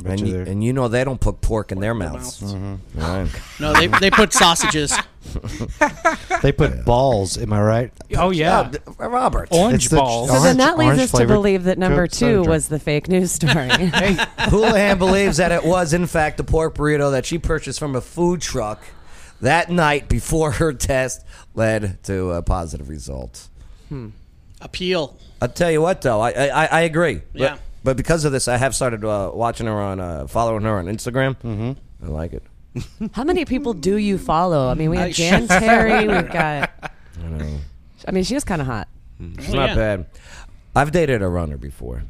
I bet
And
you
you,
they're-
and you know they don't put pork in their mouths. Right.
No, they, they put sausages.
Mm-hmm. they put balls. Am I right?
Oh yeah,
Robert.
Orange It's the- balls.
So then that leads
orange
us to
flavored
believe that number
Coke
two
soda.
was the fake news story.
Houlihan believes that it was, in fact, the pork burrito that she purchased from a food truck that night before her test led to a positive result.
Hmm.
Appeal.
I'll tell you what, though, I I, I agree. But,
Yeah.
But because of this, I have started uh, watching her on, uh, following her on Instagram. Mm-hmm. I like it.
How many people do you follow? I mean, we have
I-
Jan Terry. We've got.
I know.
I mean, she is kind of hot.
It's
Oh,
not
yeah.
bad. I've dated a runner before.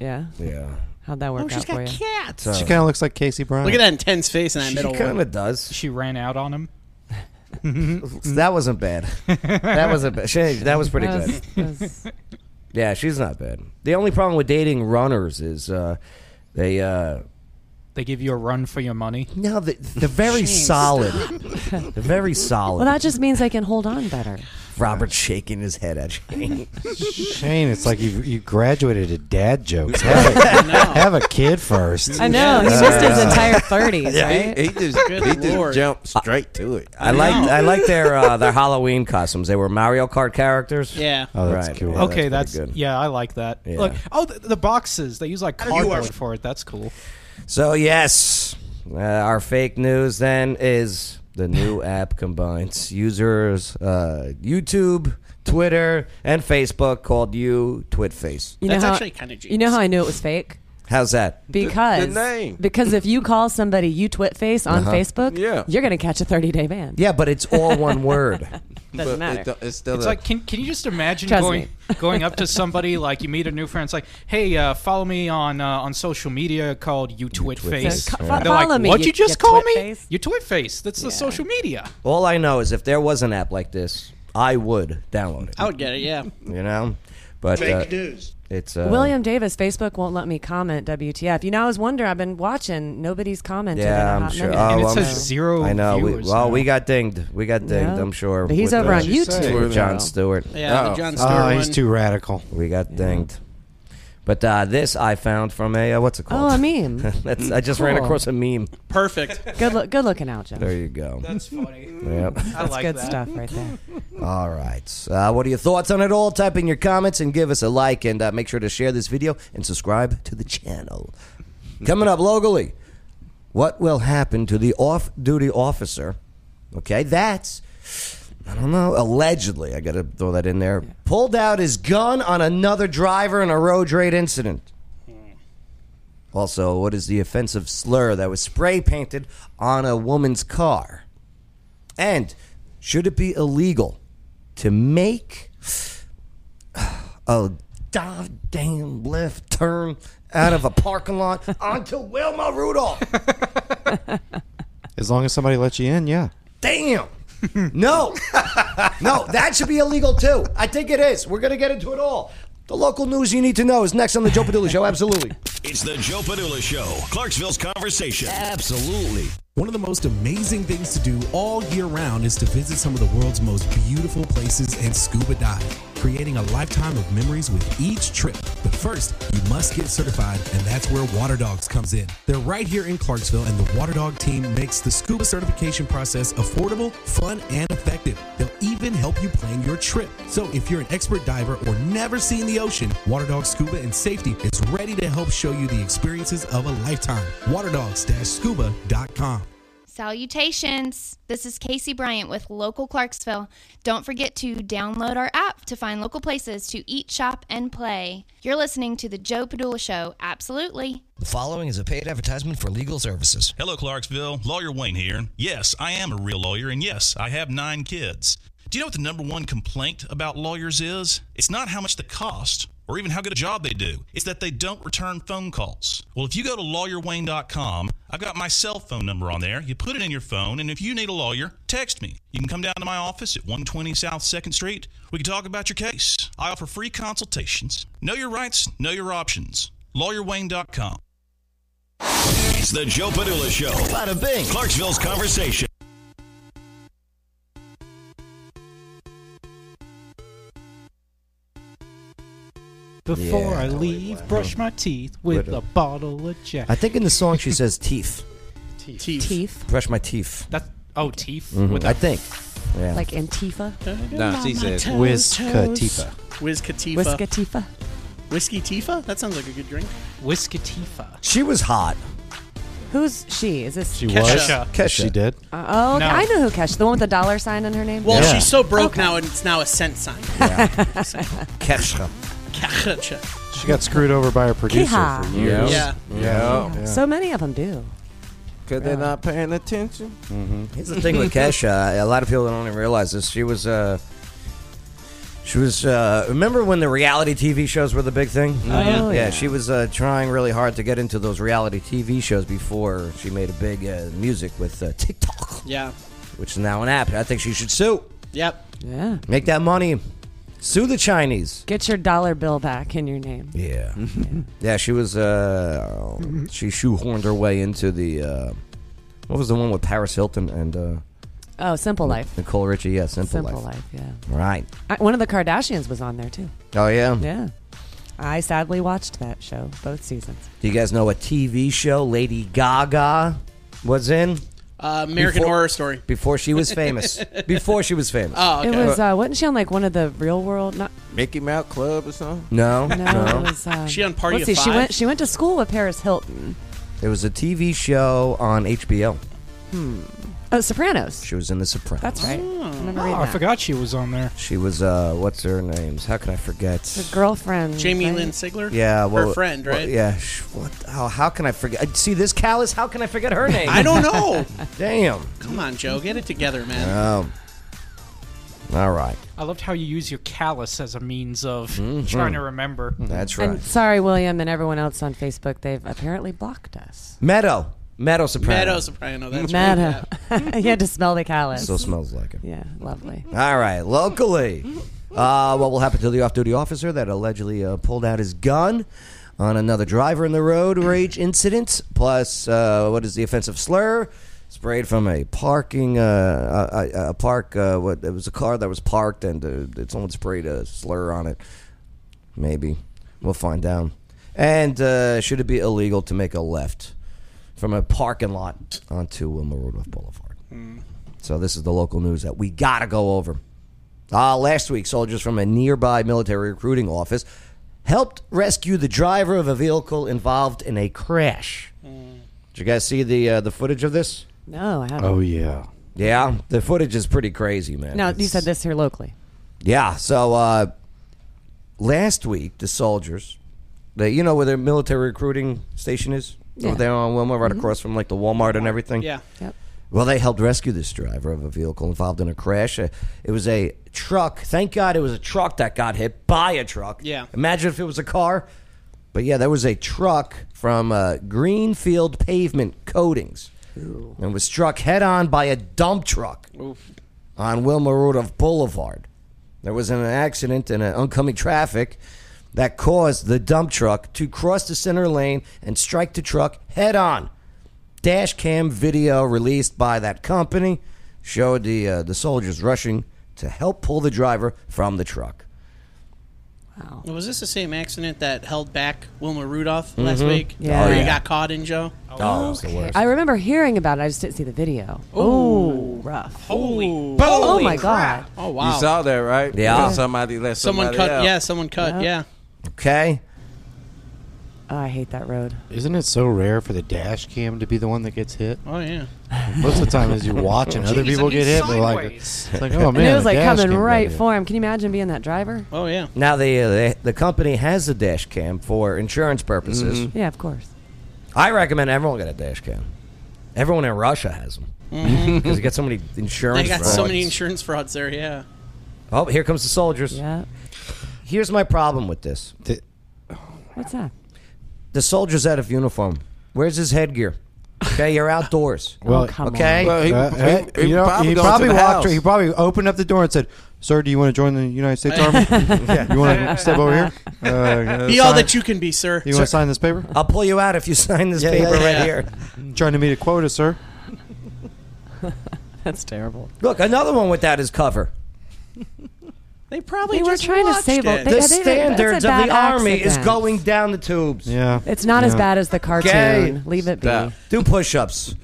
Yeah.
Yeah.
How'd that work
Oh,
out
she's
for
got
you?
cats.
She kind of looks like Casey Brown.
Look at that intense face in that
She
middle
kinda
one.
does.
She ran out on him.
that wasn't bad. That wasn't bad. She, that was pretty
That
good.
was-
Yeah, she's not bad. The only problem with dating runners is uh, they uh,
They give you a run for your money.
No, they, they're very solid. they're very solid.
Well, that just means I can hold on better.
Robert shaking his head at you.
Shane, it's like you you graduated to dad jokes. Have a, have a kid first.
I know, he missed his entire 30s,
Yeah, he-
right?
he, just
Good
he just
lord.
jumped straight to it.
I like I like their uh, their Halloween costumes. They were Mario Kart characters.
Yeah.
Oh, that's cool.
yeah,
okay,
pretty
that's,
good.
yeah, I like that.
Yeah.
Look, oh, the, the boxes they use like cardboard for it. That's cool.
So yes, uh, our fake news then is the new app combines users uh, YouTube, Twitter, and Facebook called you Twitface.
You know how- You know how I knew it was fake?
How's that?
Because because if you call somebody you twit face on
Uh-huh.
Facebook,
Yeah.
you're gonna catch a 30 day ban.
Yeah, but it's all one word.
Doesn't matter.
it's still
It's like, can, can you just imagine
Trust
going going up to somebody like you meet a new friend? It's like, hey, uh, follow me on uh, on social media called you twit face.
Fo-
They're
follow
like,
me,
what'd
you-
you, just
you
call
twit
me? You twit face. That's the social media.
All I know is if there was an app like this, I would download it.
I would get it, yeah.
You know, but
Fake
uh,
news.
It's uh,
William Davis, Facebook won't let me comment. WTF? You know, I was wondering. I've been watching. Nobody's commented.
Yeah,
on
I'm
Hot
sure.
Minute.
Oh, I'm sure. I know. we, well, we got dinged. We got dinged.
Yeah.
I'm sure.
But he's
with
over
the-
on YouTube,
with John
though.
Stewart.
Yeah, the
Oh.
Jon Stewart Oh, he's one.
too radical.
We got dinged. But uh, this I found from a uh, what's it called?
Oh, a meme.
That's, I just ran
Cool.
across a meme.
Perfect.
Good look. Good looking out, Joe.
There you go. That's
funny.
Yep.
That's good stuff right there.
All right. Uh, what are your thoughts on it all? Type in your comments and give us a like, and uh, make sure to share this video and subscribe to the channel. Coming up locally, what will happen to the off-duty officer? Okay, that's I don't know. Allegedly, I got to throw that in there. Pulled out his gun on another driver in a road rage incident. Also, what is the offensive slur that was spray painted on a woman's car? And should it be illegal to make a da- damn left turn out of a parking lot onto Wilma Rudolph?
As long as somebody lets you in, yeah.
Damn. No. no, that should be illegal too. I think it is. We're going to get into it all. The local news you need to know is next on the Joe Padula Show. Absolutely.
It's the Joe Padula Show, Clarksville's conversation.
Absolutely. One of the most amazing things to do all year round is to visit some of the world's most beautiful places and scuba dive, creating a lifetime of memories with each trip. But first, you must get certified, and that's where Water Dogs comes in. They're right here in Clarksville, and the Water Dog team makes the scuba certification process affordable, fun, and effective. They'll even help you plan your trip. So if you're an expert diver or never seen the ocean, Water Dog Scuba and Safety is ready to help show you the experiences of a lifetime. Waterdogs-scuba.com.
Salutations! This is Casey Bryant with Local Clarksville. Don't forget to download our app to find local places to eat, shop, and play. You're listening to The Joe Padula Show, absolutely.
The following is a paid advertisement for legal services.
Hello, Clarksville. Lawyer Wayne here. Yes, I am a real lawyer, and yes, I have nine kids. Do you know what the number one complaint about lawyers is? It's not how much they cost or even how good a job they do, it's that they don't return phone calls. Well, if you go to lawyerwayne.com, I've got my cell phone number on there. You put it in your phone, and if you need a lawyer, text me. You can come down to my office at 120 South 2nd Street. We can talk about your case. I offer free consultations. Know your rights, know your options. LawyerWayne.com.
It's the Joe Padula Show. Bada bing. Clarksville's conversation.
Before
Yeah,
I
totally
leave, brush my teeth with,
With a-
a, bottle of Jack.
I think in the song she says teeth.
teeth.
Teeth.
Brush my teeth.
That's oh teeth.
Mm-hmm.
Mhm,
With
I
a-
think. Yeah.
Like Antifa.
No, she says
Toes,
Wiz
toes.
Khalifa.
Wiz Khalifa.
Wiz Khalifa.
Whiskey Tifa? That sounds like a good drink.
Whiskey Tifa.
she was hot.
Who's she? Is this
She was.
Kesha.
She did.
Uh, oh, okay.
No.
I know who Kesha. The one with the dollar sign in her name.
Well, she's so broke now, and it's now a cent sign.
Kesha.
Kesha.
She got screwed over by her producer
Keha.
for years.
Yeah.
Yeah.
Oh, So many of them do.
Because they're not paying attention.
Mm-hmm. Here's the thing with Kesha. A lot of people don't even realize this. She was. Uh, she was. Uh, remember when the reality TV shows were the big thing?
Oh, yeah. Oh, yeah.
she was uh, trying really hard to get into those reality TV shows before she made a big uh, music with uh, TikTok,
Yeah.
which is now an app. I think she should sue.
Yep.
Yeah.
Make that money. Sue the Chinese.
Get your dollar bill back in your name.
Yeah.
Mm-hmm.
yeah, she was. Uh, she shoehorned her way into the. Uh, what was the one with Paris Hilton and. Uh,
Oh, Simple Life.
Nicole Richie, yeah, Simple,
Simple
Life.
Life, yeah.
Right.
I, one of the Kardashians was on there too.
Oh, yeah.
Yeah. I sadly watched that show both seasons.
Do you guys know what TV show Lady Gaga was in?
Uh, American
Before-
Horror Story.
Before she was famous. before she was famous.
Oh,
It was uh, wasn't she on like one of the Real World? Not
Mickey Mouse Club or something?
no, no,
no, it was. Uh,
Ah, She on Party
let's
of
see, She
Five?
went. She went to school with Paris Hilton.
It was a TV show on HBO.
Hmm. Oh, Sopranos.
She was in The Sopranos.
That's right. I remember
Oh,
reading
I
that.
forgot she was on there.
She was uh, what's her names? How could I forget?
The girlfriend.
Jamie
right?
Lynn Sigler?
Yeah, well,
Her friend,
well,
right?
yeah. sh- What? Oh, how can I forget? I- See this callous? How can I forget her name?
I don't know. Oh.
Damn.
Come on, Joe. Get it together, man.
Um. All right.
I loved how you use your callus as a means of trying to remember.
Mm-hmm. That's
And sorry, William, and everyone else on Facebook. They've apparently blocked us.
Meadow. Meadow soprano.
Meadow soprano, that's right.
Meta. you had to smell the callus.
Still smells like it.
Yeah, lovely.
All right, locally, uh, what will happen to the off-duty officer that allegedly uh, pulled out his gun on another driver in the road rage incident? Plus, uh, what is the offensive slur sprayed from a parking uh, a, a- a park? Uh, what it was a car that was parked and uh, someone sprayed a slur on it. Maybe we'll find out. And uh, should it be illegal to make a left from a parking lot onto Wilma Rudolph Boulevard? So this is the local news that we gotta go over. Uh, last week, soldiers from a nearby military recruiting office helped rescue the driver of a vehicle involved in a crash. Did you guys see the uh, the footage of this?
No, I haven't.
yeah, yeah. The footage is pretty crazy, man.
Now,
It's-
you said this here locally.
yeah. So uh, last week, the soldiers, they, you know where their military recruiting station is? uh,
Yeah.
Over there on Wilma, right
Mhm.
across from like the Walmart and everything?
Yeah. Yep.
Well, they helped rescue this driver of a vehicle involved in a crash. Uh, It was a truck. Thank God it was a truck that got hit by a truck.
Yeah.
Imagine if it was a car. But yeah, there was a truck from uh, Greenfield Pavement Coatings and was struck head on by a dump truck on Wilma Rudolph Boulevard. There was an accident in an oncoming traffic that caused the dump truck to cross the center lane and strike the truck head on. Dash cam video released by that company showed the uh, the soldiers rushing to help pull the driver from the truck.
Oh.
Was this the same accident that held back Wilma Rudolph last
Mhm.
week?
Yeah.
Where
Oh, yeah.
he got caught in Joe?
Oh, it was the worst.
I remember hearing about it. I just didn't see the video. Oh, rough.
Holy.
Oh, my God.
Oh, wow.
You saw that, right?
Yeah.
Because Somebody let
Someone
somebody
cut.
else.
Yeah, someone cut. Yeah.
Okay.
Oh, I hate that road.
Isn't it so rare for the dash cam to be the one that gets hit?
Oh yeah.
Most of the time, as you're watching other
Jeez,
people
and
get
he's
hit, we're like,
sideways.
it's like, oh
and
man,
it was
the
like
dash
coming
cam got
right
hit.
for him. Can you imagine being that driver?
Oh yeah.
Now the, uh, the the company has a dash cam for insurance purposes.
Mm-hmm.
Mhm. Yeah, of course.
I recommend everyone get a dash cam. Everyone in Russia has them
Mhm.
because you got so many insurance.
They got
frauds.
so many insurance frauds there. Yeah.
Oh, here comes the soldiers.
Yeah.
Here's my problem with this: the,
What's that?
the soldier's out of uniform. Where's his headgear? Okay, you're outdoors.
Oh,
Well,
okay.
Uh, uh, you know, he probably walked. He probably opened up the door and said, "Sir, do you want to join the United States Army? You want to step over here? Uh,
Be all
sign-
that you can be, sir.
You want to sign this paper?
I'll pull you out if you sign this
Yeah,
paper
yeah,
right
yeah.
here.
Trying to meet a quota, sir.
That's terrible.
Look, another one with that is cover.
They probably
They were
just
trying to
watched
save They-
it.
the
they- they-
standards
that's a
of the
bad
army is
accident.
going down the tubes.
Yeah.
It's not as bad as the cartoon.
Okay.
Leave it be.
Stop. Do push-ups.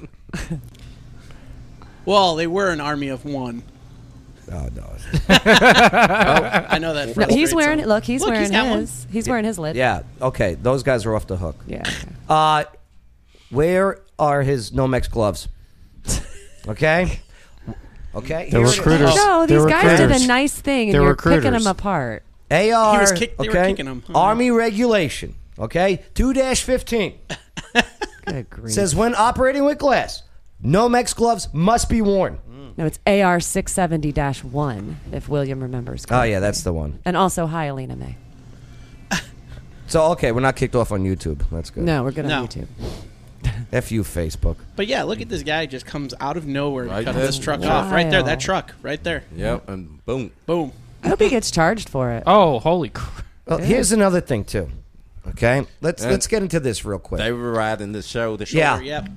Well, they were an army of one.
Oh no.
I know
No,
Oh, that.
he's
frustrates
wearing.
them.
Look, he's
Look,
wearing
he's got one.
his. He's wearing his lid.
Yeah. Okay. Those guys are off the hook.
Yeah.
Uh, where are his Nomex gloves? Okay. Okay.
They're
here it is.
recruiters.
No,
They're
these guys did a
recruiters.
nice thing, and
They're
you're picking
recruiters.
them apart.
AR.
He was kick- they were
okay?
kicking him.
Army regulation. Okay. Two dash fifteen.
Good grief.
Says when operating with glass, Nomex gloves must be worn.
Mm. No, it's AR six seventy one. If William remembers.
Oh
correctly.
yeah, that's the one.
And also, hi, Alina May.
So okay, we're not kicked off on YouTube. That's good.
No, we're good on
No.
YouTube.
F you, Facebook.
But yeah, look at this guy just comes out of nowhere
Right
and cut
there.
this truck off right there. That
Wow.
truck right there.
Yep, and boom.
Boom.
I hope he gets charged for it.
Oh, holy crap.
Well, here's another thing too. Okay, let's
And-
let's get into this real quick.
They were riding the shoulder.
Yeah.
Yep.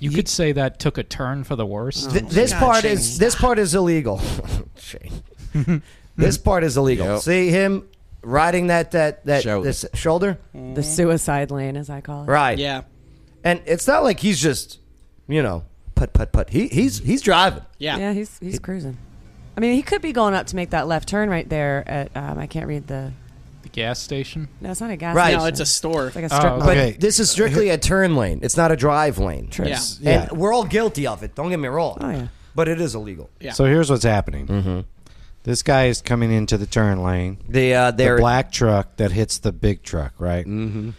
You could say that took a turn for the worse.
Th- this part is this part is illegal. Shane. this
Hmm.
part is illegal.
Yep.
See him riding that that that
Shoulder.
this shoulder,
The suicide lane, as I call it.
right?
Yeah.
And it's not like he's just, you know, put put put. He he's he's driving.
Yeah.
Yeah, he's he's cruising. I mean, he could be going up to make that left turn right there at um, I can't read the
The gas station.
No, it's not a gas
Right.
station.
No, it's a
store.
It's like a
Oh,
strip mall.
But this is strictly a turn lane. It's not a drive lane.
True. Yeah.
And we're all guilty of it. Don't get me wrong. Oh, yeah. But it is illegal.
So here's what's happening. This guy is coming into the turn lane.
The uh,
the black truck that hits the big truck, right? Mm-hmm.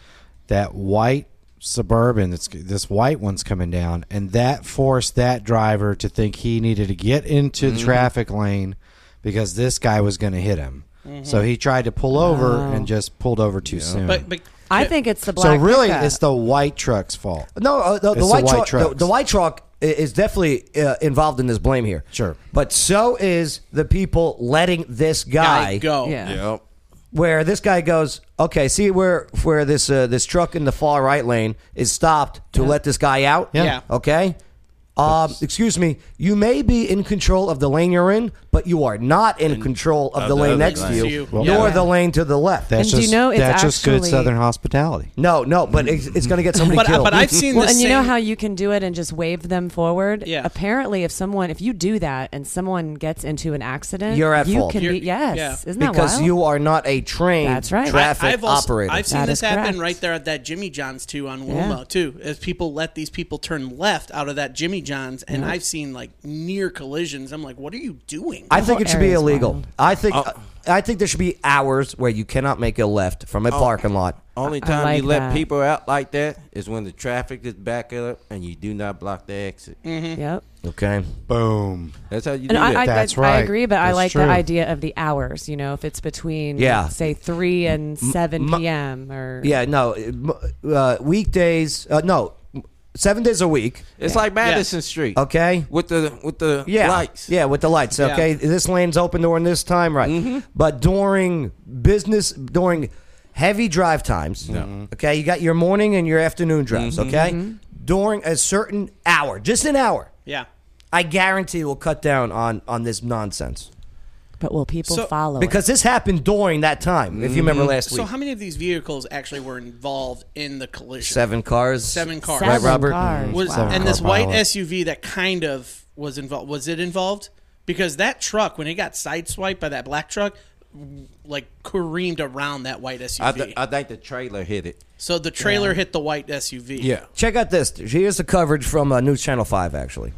That white suburban. That's this white one's coming down, and that forced that driver to think he needed to get into the
Mhm.
traffic lane because this guy was going to hit him.
Mm-hmm.
Mhm.
So he tried to pull over
Oh.
and just pulled over too soon.
But but
I think it's the
so
black.
really,
pickup.
it's the white truck's fault.
No, uh, the, the
It's the
white
white
truck. The,
trucks.
the white truck i- is definitely uh, involved in this blame here. Sure, but so is the people letting this guy
Guy go. Yeah.
Yep. Where this guy goes, okay, see where where this uh, this truck in the far right lane is stopped to let this guy out.
Yeah. Yeah.
Okay. Um, excuse me. You may be in control of the lane you're in, but you are not in control of
of
the
the
lane
other
next to
lane.
you,
Well,
nor
yeah.
the lane to the left.
That's just that's just good Southern hospitality.
No, no, but it's, it's going to get somebody
But- uh,
killed.
but I've seen
Well, and you know how you can do it and just wave them forward.
Yeah.
Apparently, if someone, if you do that and someone gets into an accident,
You're at
you
fault.
Can be, yes, isn't that
because
wild?
you are not a trained
That's right.
traffic
I-
I've also-
operator.
I've seen this happen right there at that Jimmy John's too on
Yeah.
Wilmo too. As people let these people turn left out of that Jimmy John's, and
Yeah.
I've seen like near collisions. I'm like, what are you doing?
I think it should be illegal. I think
Uh,
Oh.
I think there should be hours where you cannot make a left from a
Oh.
parking lot.
Only
I- I
time
like
you let
that.
people out like that is when the traffic is back up and you do not block the exit.
Mm.
Mhm. Yep.
Okay.
Boom.
That's how you
And
do
I,
that.
I, I, I agree, but I like the idea of the hours. You know, if it's between,
Yeah.
say, three and seven
my-
p.m. or
Yeah, no, uh, weekdays. Uh, no, seven days a week.
It's like Madison Street.
Okay.
With the with the
Yeah,
lights.
yeah, with the lights.
Yeah.
Okay, this lane's open during this time, right?
Mm-hmm.
But during business, during heavy drive times, okay, you got your morning and your afternoon drives.
Mhm.
Okay,
Mhm.
during a certain hour, just an hour,
Yeah.
I guarantee we'll cut down on on this nonsense.
But will people
So- follow it?
Because this happened during that time. If you
Mm-hmm.
remember last week,
So how many of these vehicles actually were involved in the collision?
Seven cars.
Seven cars.
Right, Robert? Seven cars,
Was,
wow.
And this
Seven-car
white
pilot.
SUV that kind of was involved. Was it involved? Because that truck, when it got sideswiped by that black truck, like careened around that white SUV.
I, th- I think the trailer hit it.
so the trailer hit the white SUV.
Check out this. Here's the coverage from uh, News Channel 5, actually.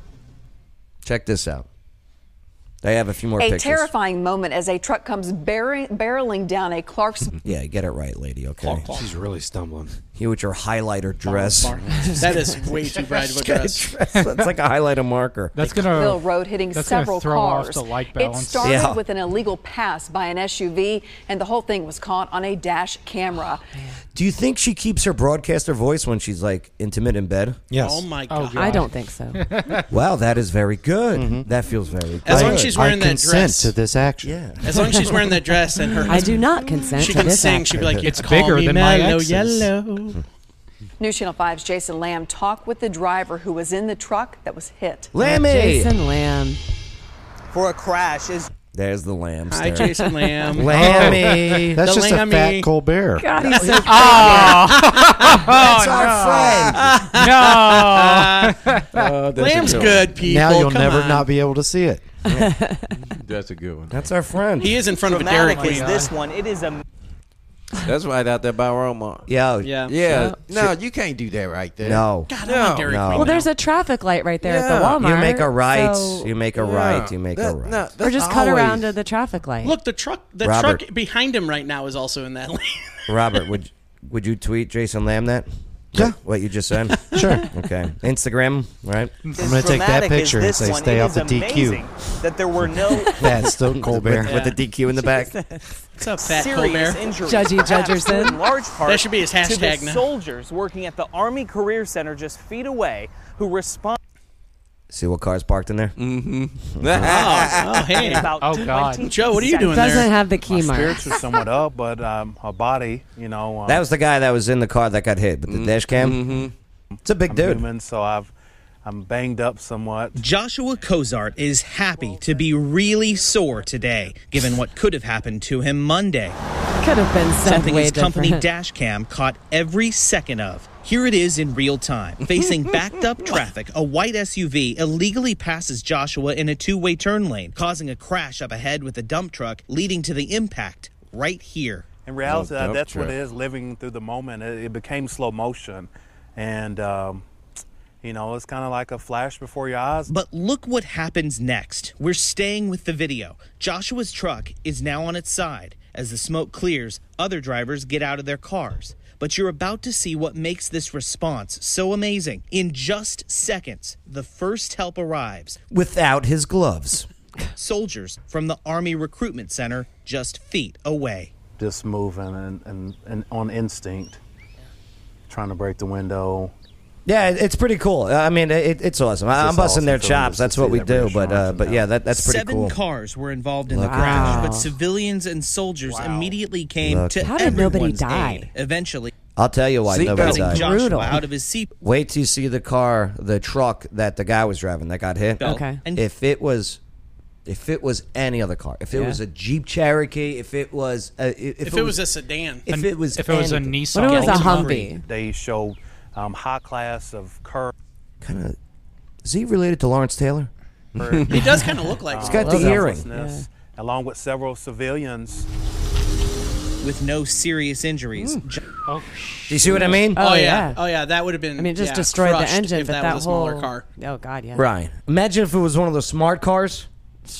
Check this out. They have a few more
a
pictures.
terrifying moment as a truck comes barreling, barreling down a Clarksville.
yeah, get it right, lady, okay?
Clonk, clonk. She's
really stumbling. You with your highlighter dress.
bark.
That is way too bright of a dress.
That's like a highlighter marker.
That's
Road hitting several cars. It started
Yeah.
with an illegal pass by an SUV, and the whole thing was caught on a dash camera.
Do you think she keeps her broadcaster voice when she's like intimate in bed?
Yes.
Oh my
Oh,
god!
God. I don't think so.
Wow, that is very good. That feels very good.
As long as she's wearing
I
that
consent
dress.
to this action.
Yeah.
As long as she's wearing that dress and her.
I do not consent
She
to
can
this
sing.
act.
She'd be like,
It's
"It's
bigger
bigger me
than my
mellow
exes."
yellow."
News Channel 5's Jason Lamb talked with the driver who was in the truck that was hit.
Jason Lamb.
for a crash is
There's the lamb.
Hi,
stare.
Jason Lamb.
Lammy.
Oh, that's The just a fat lammy.
Colbert.
God, he's so
Oh.
That's
Oh,
our friend.
Oh, that's a
Lamb's
one.
good, people.
Now you'll
Come
never
on.
not be able to see it.
That's a good one.
That's our friend.
He is in front of a Dairy
dramatic
Queen.
is this one. It is a
That's right out there by Roma.
Yeah.
Yeah.
Yeah.
Yeah.
No, you can't do that right there.
No.
God,
I want Dairy Oh, No. Queen
Well, there's a traffic light right there at the
Yeah.
Walmart.
You make a right.
so-
You make a right. You make a right.
or just cut around to the traffic light.
Look, the truck. The
Robert.
truck behind him right now is also in that lane.
Robert, would would you tweet Jason Lamb that? Yeah. What, what you just said?
Sure.
Okay. Instagram, right?
I'm gonna take that picture and say, "Stay off the DQ."
that there were no
That's Stone Colbert
With, with the DQ in the back.
What's up, Fat
serious
Colbert?
injuries,
Judgy
perhaps
Judgerson.
due In large part
That should be his
to the
hashtag now.
Soldiers working at the Army Career Center just feet away who respond.
See what car's parked in there? Mm-hmm.
Oh,
hey.
About
Oh, God. Joe, what are you doing
Doesn't have the key
My
mark.
spirits are somewhat up, but um, a body, you know. Um,
That was the guy that was in the car that got hit with the dash cam. It's a big
I'm
dude.
Human, so I've I'm banged up somewhat.
Joshua Cozart is happy to be really sore today, given what could have happened to him Monday.
Could have been said
Something
way
his company
different.
dash cam caught every second of. Here it is in real time. Facing backed up traffic, a white SUV illegally passes Joshua in a two way turn lane, causing a crash up ahead with a dump truck, leading to the impact right here.
In reality,
Oh, dope
that's what
trip.
it is. Living through the moment, it, it became slow motion, and um, you know, it's kind of like a flash before your eyes.
But look what happens next. We're staying with the video. Joshua's truck is now on its side. As the smoke clears, other drivers get out of their cars. But you're about to see what makes this response so amazing. In just seconds, the first help arrives.
Without his gloves.
Soldiers from the Army Recruitment Center just feet away.
Just moving and, and, and on instinct, trying to break the window.
Yeah, it- it's pretty cool. Uh, I mean, it, it's awesome. I, I'm
It's
busting
awesome
their
for me
chops.
to
That's what
see
we
that
do.
British
But uh, but yeah, that, that's pretty
Seven
cool.
cars were involved in
Look
the
at
crash,
that.
but civilians and soldiers immediately came
Look.
to
How did nobody
everyone's
die?
aid. Eventually,
I'll tell you why
Seatbelt.
nobody died.
Joshua Brutal. out of his seat-
Wait till you see the car, the truck that the guy was driving that got hit.
Belt. Okay. And-
If it was, if it was any other car, if it
Yeah.
was a Jeep Cherokee, if it was, a, if,
If it was a sedan.
if it was, anything.
They showed um, high class of curve.
Kind of, is he related to Lawrence Taylor?
He
does kinda look like
He's
him.
got the earring.
Selflessness, Along with several civilians.
with no serious injuries.
Oh,
Do you see what I mean?
Oh, yeah. Oh yeah, that would have been.
I mean, it just
yeah,
destroyed the
crushed
engine,
if
but
that,
that
was a smaller
whole-
car.
Oh God, yeah.
Right. Imagine if it was one of those smart cars.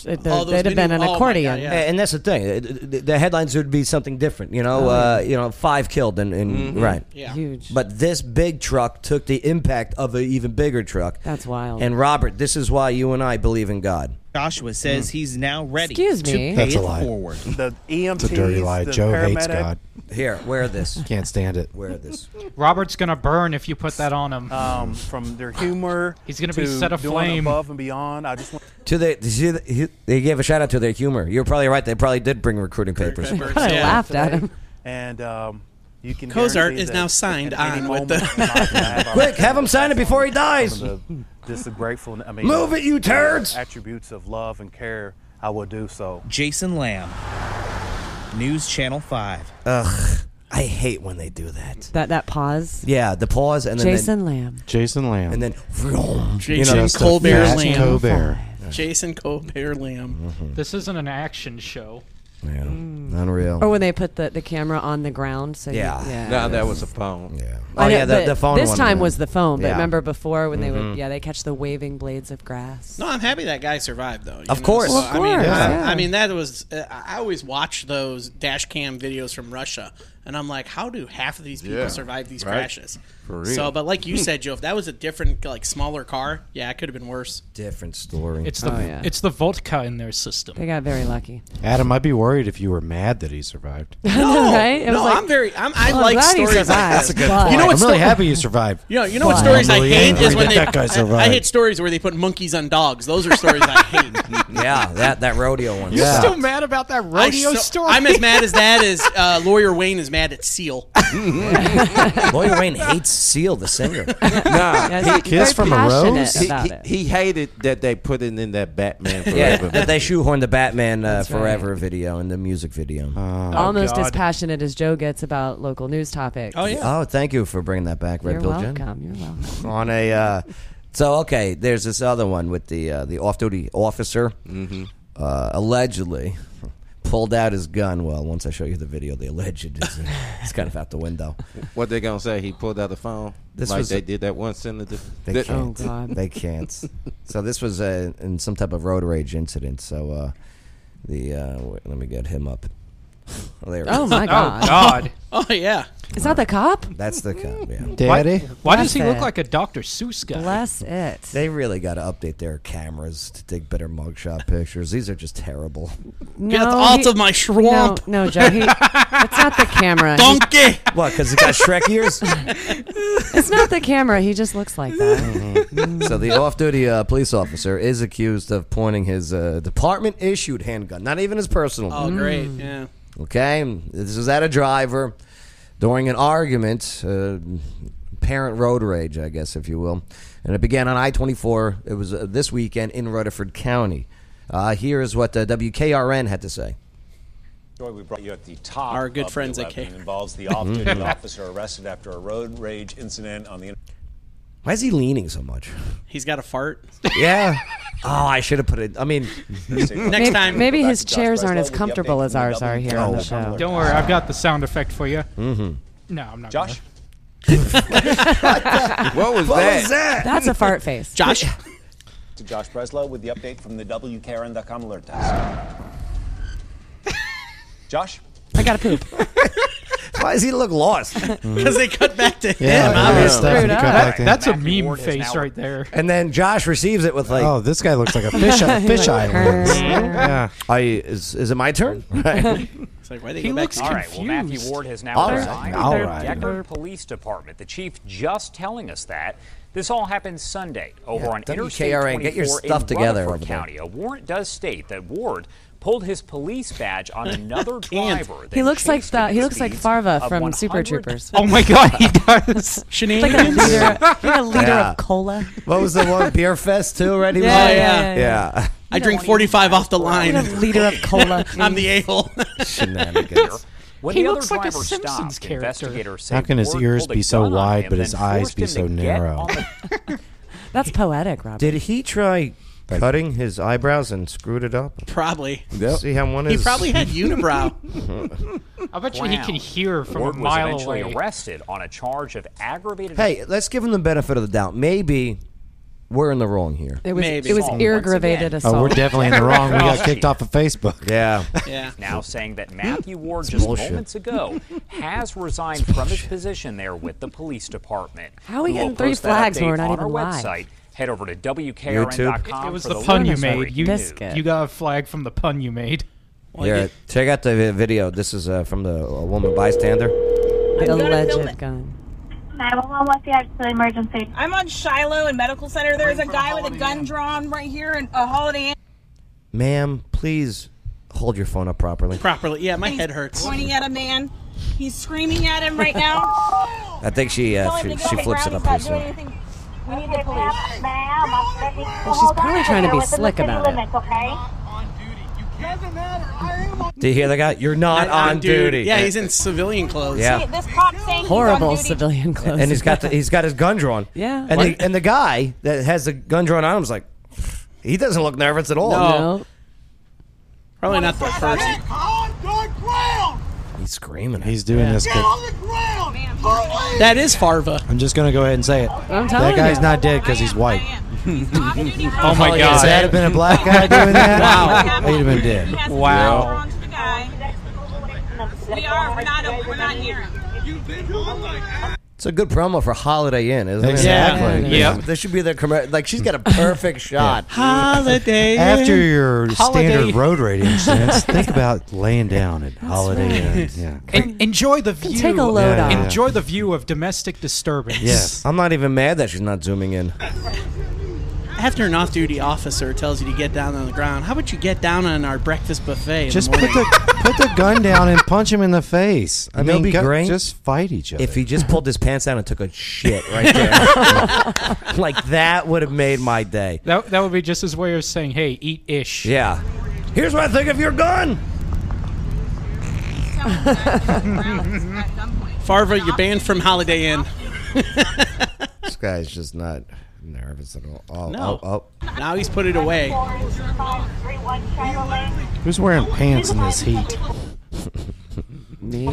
It, the- All those they'd have been mini- an oh my God, accordion. yeah.
And that's the thing. It- The the headlines would be something different. You know,
Oh, yeah.
uh, you know, five killed and, and
Mhm.
right.
Yeah. Huge.
But this big truck took the impact of an even bigger truck.
That's wild.
And Robert, this is why you and I believe in God.
Joshua says he's now ready
Excuse
to
me?
pay
That's a
it
lie.
forward.
Hmm. The E EMTs,
It's a dirty lie. Joe hates God.
Here, wear this.
Can't stand it.
Wear this.
Robert's gonna burn if you put that on him.
Um, from their humor.
He's gonna be
to
set
doing
aflame.
Above and beyond. I just want
To the, did you see the- they gave a shout out to their humor. You're probably right. They probably did bring recruiting papers.
Yeah. laughed at
him. And um, you can.
Cozart
guarantee
is
that
now signed
at any
on with
moment
the.
in life, I have already
Quick, have him sign it before he dies.
Just the grateful. I mean,
Move
uh,
it, you turds!
Attributes of love and care. I will do so.
Jason Lamb, News Channel 5.
Ugh, I hate when they do that.
That that pause.
Yeah, the pause and then
Jason
then,
Lamb.
Jason Lamb.
And then
Jason
that's the
Colbert
fast
Lamb.
Colbert.
Jason Colbert Lamb.
Mm-hmm.
This isn't an action show.
Yeah,
Mm.
unreal.
Or when they put the, the camera on the ground. So you-
Yeah.
yeah.
No, that was a phone.
Yeah.
I
Oh,
know,
yeah, the,
but
the phone.
This
one,
time
yeah.
was the phone, but
Yeah.
remember before when they
Mhm.
would, yeah, they catch the waving blades of grass.
No, I'm happy that guy survived though. you
Of
know,
course. Well, of
I mean,
course,
I,
yeah.
I mean, that was. Uh, I always watch those dash cam videos from Russia, and I'm like, how do half of these people
Yeah,
survive these
right.
crashes?
For real. Hmm.
So, but like you said, Joe, if that was a different, like smaller car, yeah, it could have been worse.
Different story.
It's the
Oh, yeah.
it's the vodka in their system.
They got very lucky.
Adam, I'd be worried if you were mad that he survived.
No, right? It
no,
was like-
I'm very. I'm, I
Well, I'm
like
glad he
stories like
survived,
this.
That's a good but-
You know
I'm
what?
really
sto-
happy you survived.
You know, you know what
But-
stories
I'm
I
really
hate
angry
is when they.
that guy
I, I
survived.
hate stories where they put monkeys on dogs. Those are stories I hate.
yeah, that that rodeo one.
You're
yeah.
still mad about that
I
rodeo
so-
story?
I'm as mad as that as uh, lawyer Wayne is mad at Seal. Oh,
Lawyer Wayne hates Seal the singer.
Nah,
Yeah, he's
Kiss very from a passionate Rose?
He,
about
he-
it.
he hated that they put it in that Batman
yeah,
Forever.
that they shoehorned the Batman uh,
That's right.
Forever video in the music video.
Almost as passionate as Joe gets about local news topics.
Oh, thank you for bringing that back, Red
You're
Pill
welcome, you're welcome.
On a uh, so okay, there's this other one with the uh, the off duty officer uh, allegedly pulled out his gun. Well, once I show you the video, the alleged is it's kind of out the window.
What they gonna say? He pulled out the phone.
This
like
was-
they did that one senator.
They
That-
can't.
oh,
They can't. so this was uh in some type of road rage incident. So uh, the uh, wait, let me get him up. Oh, there he
Oh
is.
my God.
Oh yeah.
Is that the cop?
That's the cop. Yeah.
Daddy?
Why, why does he
Bless
look
it.
like a Dr. Seuss guy?
Bless it.
They really got to update their cameras to take better mugshot pictures. These are just terrible.
No,
out
he-
of my swamp.
No, no, Joe. He, it's not the camera.
Donkey.
What? Because he got Shrek ears.
It's not the camera. He just looks like that.
Mm-hmm. so the off-duty uh, police officer is accused of pointing his uh, department-issued handgun, not even his personal.
Oh
one.
great.
Mm.
Yeah.
Okay, this is at a driver during an argument, uh, parent road rage, I guess, if you will, and it began on I twenty four. It was uh, this weekend in Rutherford County. Uh, here is what the WKRN had to say.
Story we brought you at the top.
Our good
of the
friends at
11
K-
involves the off-duty
Mhm.
officer arrested after a road rage incident on the.
Why is he leaning so much?
He's got a fart.
Yeah. oh, I should have put it. I mean,
Next time.
Maybe his chairs aren't as comfortable as ours are
Oh,
here on the
Oh,
show.
Don't worry, I've got the sound effect for you.
Mhm.
No, I'm not.
Josh?
what was
What
that?
was that?
That's a fart face.
Josh? to Josh Breslow with the update from the WKRN.com alert desk. Josh?
I got to poop.
Why does he look lost?
Because they cut back to him.
Yeah,
I
yeah,
was
it's definitely
screwed
cut
up.
back to him.
That's a
Matthew
meme
Ward is
face
now-
right there.
And then Josh receives it with like,
Oh, this guy looks like a fish.
He's
fish
like,
eye.
"Grr." I is is it my turn? Right.
It's like why they
He
go back
looks
to
All right, well, Matthew
confused.
Ward has now
All right,
resigned
all
from the
right.
Decker Police Department. The chief just telling us that. This all happened Sunday over
Yeah,
on Interstate
WKRN,
24
get your
in
stuff together
Rutherford
over there.
County. A warrant does state that Ward pulled his police badge on another driver.
He looks like the, he looks like Farva
of
from Super
100
Troopers.
Oh my God,
he
does.
He's like a leader, he's a leader of cola.
What was the one beer fest too? Right? He was
Yeah,
like-
yeah, yeah,
yeah.
I drink 45 off the line.
Need a liter of cola,
I'm the
please.
a hole.
Shenanigans.
When
He
the
looks
other
like a
driver
Simpsons
stopped, investigators say
How can his
Ward
ears
pulled a
be so
gun on
wide
him,
but his
then
eyes
forced
be
him
so
to get
narrow?
on the
That's poetic, Robert.
Did he try cutting his eyebrows and screwed it up?
Probably.
Yep. See how one
He
is.
probably had
unibrow.
I bet you he can
ground.
hear from
Ward
a
was
mile
eventually
away.
arrested on a charge of aggravated
hey, let's give him the benefit of the doubt. Maybe we're in the wrong here.
It was it was aggravated assault.
Oh, we're definitely in the wrong. We got kicked off of Facebook.
Yeah.
Yeah. Now saying that Matthew Ward
It's
just
bullshit.
moments ago has resigned from his position there with the police department.
How are we
We'll
getting three
post that
flags when we're
update
not
on
even
our
live?
website. Head over to
It,
wkrn.com.
it was
for
the pun you
latest
made. You,
news.
you got a flag from the pun you made.
Here, check out the vi- video. This is uh, from the a woman bystander.
The legend gun.
911, what's the actual emergency? I'm on Shiloh and Medical Center. There's a guy with a gun drawn right here in a Holiday Inn.
Ma'am, please hold your phone up properly.
Properly. Yeah, my head hurts.
Pointing at a man. He's screaming at him right now.
I think she uh,
Tell
she,
him to
she
go
flips
around.
it up
He's
here
not
soon.
doing anything. We need the police.
Well, she's probably trying to be slick about it.
Do you hear the guy? You're not
Not
on duty.
Yeah, he's in civilian clothes.
Yeah.
This cop's saying he's on duty.
civilian
clothes. And he's got the, he's got his gun drawn.
Yeah.
And
What?
the, and the guy that has the gun drawn on him's like, he doesn't look nervous at all.
No. Probably not the first.
He's screaming.
He's doing this.
Get
Good.
That is Farva.
I'm just gonna go ahead and say it.
I'm
that
telling
guy's
you.
not dead because he's white.
Oh my
If
God.
that had been a black guy doing that,
Wow.
he'd have been dead.
Wow.
We are. We're not, we're not near him.
It's a good promo for Holiday Inn, isn't it?
Exactly. Yeah.
This should be their commercial. Like she's got a perfect shot.
Holiday.
After your
Holiday.
standard road rating sense, think about laying down at Holiday Inn. Yeah.
En- enjoy the view.
take a load Yeah, off. yeah.
Enjoy the view of domestic disturbance.
Yes. I'm not even mad that she's not zooming in.
After an off duty officer tells you to get down on the ground, how about you get down on our breakfast buffet? In
Just
the
put
morning?
the put the gun down and punch him in the face.
I mean, it'd be
go-
great
Just fight each other.
If he just pulled his pants down and took a shit right there, like that would have made my day.
That, that would be just his way of saying, hey, eat ish.
Yeah. Here's what I think of your gun.
Farva, you're banned from Holiday Inn.
This guy's just not nervous at all. Oh,
No.
oh,
Now he's put it away.
Who's wearing pants in this heat? Me?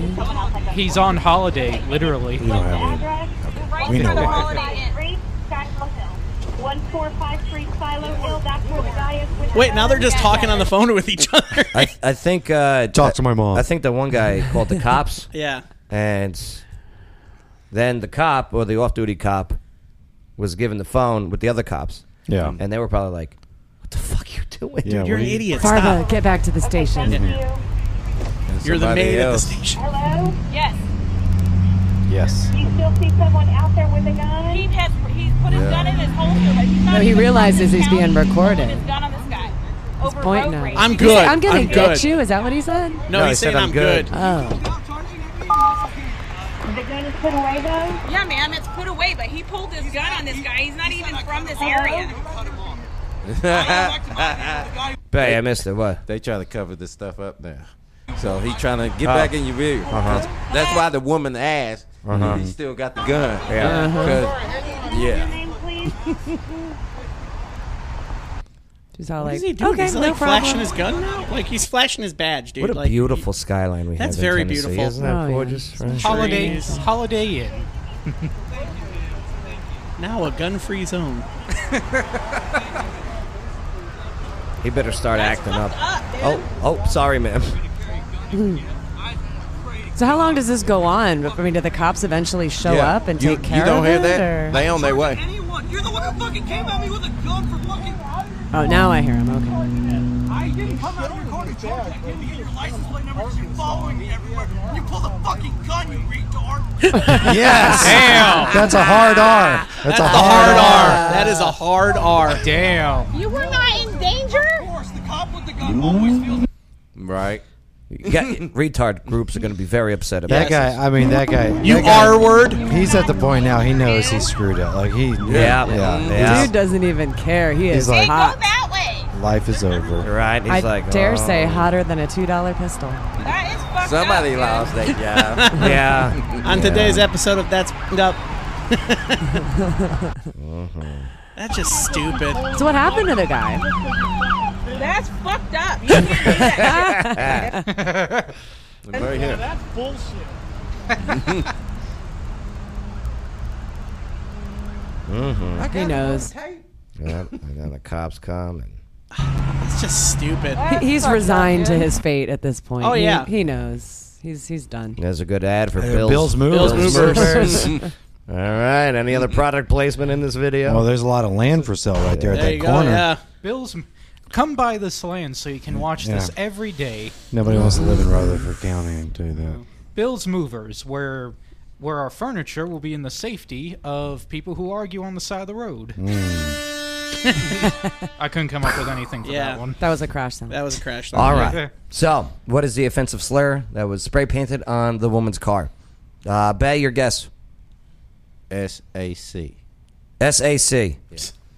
He's on holiday, literally.
We don't have any.
Right
We
near
know
the
why.
Holiday Inn.
One four five three Silo Hill. That's where the guy is. With
Wait, now they're just talking on the phone with each other.
I, I think. Uh, Talk to my mom. I think the one guy called the cops.
Yeah.
And then the cop or the off-duty cop was given the phone with the other cops.
Yeah.
And they were probably like, "What the fuck you doing?
Yeah, You're an what are you- idiot.
Farva, get back to the station.
You're the somebody maid at the else.
station. Hello. Yes.
Yes.
Do you still see someone out there with a gun? He has. He's put
his Yeah. gun
in his hole. He's
No, he realizes he's being recorded.
gun on this guy.
He's pointing at him.
I'm
He
good.
said, I'm gonna
I'm
get
good."
you. Is that what he said?
No, No, he's he said, saying, "I'm "I'm good." good.
Oh,
The gun is put away though.
Yeah, ma'am, it's put away, but he pulled his gun on this guy. He's not even from this area.
Bay, I missed it. What?
They try to cover this stuff up now. So he trying to get
Oh.
back in your video.
Uh-huh.
That's, that's why the woman asked.
Uh-huh.
if He still got the gun.
Yeah. Uh-huh.
'Cause- yeah.
she's all
What
like,
is he doing?
okay,
he's
no
like
problem.
flashing his gun now? Like he's flashing his badge, dude.
What a
like,
beautiful skyline we have.
That's
in
very
Tennessee.
beautiful.
Isn't that
Oh, yeah.
gorgeous?
Some
Right?
Holiday,
Trees.
holiday Inn.
now a gun free zone.
uh, He better start acting up. oh, oh, sorry, ma'am.
So how long does this go on? I mean, do the cops eventually show
Yeah.
up and
You-
take care
You don't
of
hear
it?
that?
or-
They on their way.
You're the one who fucking came at me with a gun for fucking
Oh, now I hear him. Okay.
I didn't come out of recorded Georgia. I didn't get your license plate number because you're following me everywhere. You pulled a fucking gun, you retard.
Yes.
Damn.
That's a hard R. That's,
That's
a
a
hard,
hard
R.
That is a hard R.
Damn.
You were not in danger?
Right.
Yeah, retard groups are going to be very upset
That
about
guy. I mean, that guy.
You
that guy-
R word?
He's at the point now. He knows he screwed up. Like he.
Yeah, yeah.
Dude doesn't even care. He
He's
is
like-
hot.
Life is over.
Right.
I dare
oh.
say hotter than a two dollar pistol.
Somebody lost that job.
Yeah.
On
Yeah.
today's episode of That's F***ed Up.
Uh-huh.
Mhm.
That's just stupid.
So what happened to the guy?
That's fucked up. You can't do that.
Right here.
That's bullshit.
Mm-hmm.
He knows.
Yep, and then the cops come and
It's just stupid.
He- He's resigned to his fate at this point.
Oh,
He-
yeah.
He, knows. He's he's done.
there's a good ad for
Uh,
Hey,
Bill's,
Bill's Movers. Bill's Movers.
Movers. All right. Any other product placement in this video?
Well, there's a lot of land for sale right there at that corner.
Bill's. Come by this land so you can watch this
Yeah.
every day.
Nobody wants to live in Rutherford County and do that.
Bill's Movers, where where our furniture will be in the safety of people who argue on the side of the road. I couldn't come up with anything for that one.
That was a crash sound.
That was a crash sound.
All right. So, what is the offensive slur that was spray painted on the woman's car? Uh, Bay, your guess.
S A C.
SAC.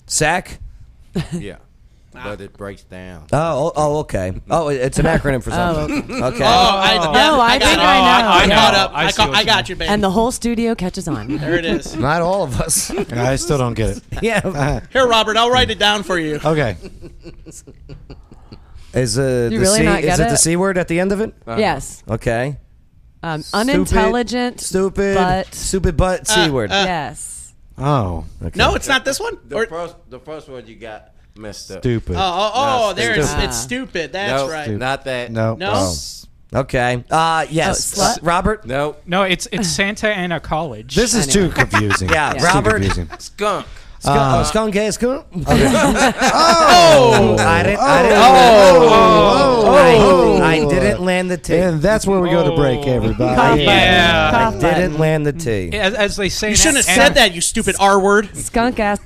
Sack?
Yeah.
Ah.
But it breaks down.
Oh, oh, oh, okay. Oh, it's an acronym for something.
Oh,
okay.
okay. Oh, I-
Oh, I, think I know.
I caught up. I, caught, I got you, baby.
And the whole studio catches on.
there it is.
Not all of us.
And I still don't get it. Uh,
yeah.
Here, Robert, I'll write it down for you.
Okay.
Is, uh,
You
the
really
C,
not
is
get
it the
it?
C word at the end of it?
Yes.
Okay.
Um, unintelligent.
Stupid.
But
Stupid butt
Uh.
C word.
Uh,
yes.
Oh.
No, it's not this one.
The first, the first one you got messed up.
Stupid.
Oh, oh, oh,
No,
there it's,
Uh.
stupid.
it's stupid. That's
Nope,
right.
Not that.
No.
No.
Oh.
Okay. Uh, yes.
Oh, slut?
Robert?
Nope.
No, it's it's Santa Ana College.
This is too confusing.
Yeah,
It's too
Robert.
confusing.
Skunk.
Skunk,
Uh,
oh, skunk ass skunk.
Oh.
I didn't.
Oh.
I didn't,
Oh. Oh.
I, I didn't land the T.
And that's where we go to break, everybody.
Yeah.
I didn't land the T.
As, as they say,
You
in
shouldn't have
Ana-
said that, you stupid R word.
Skunk ass.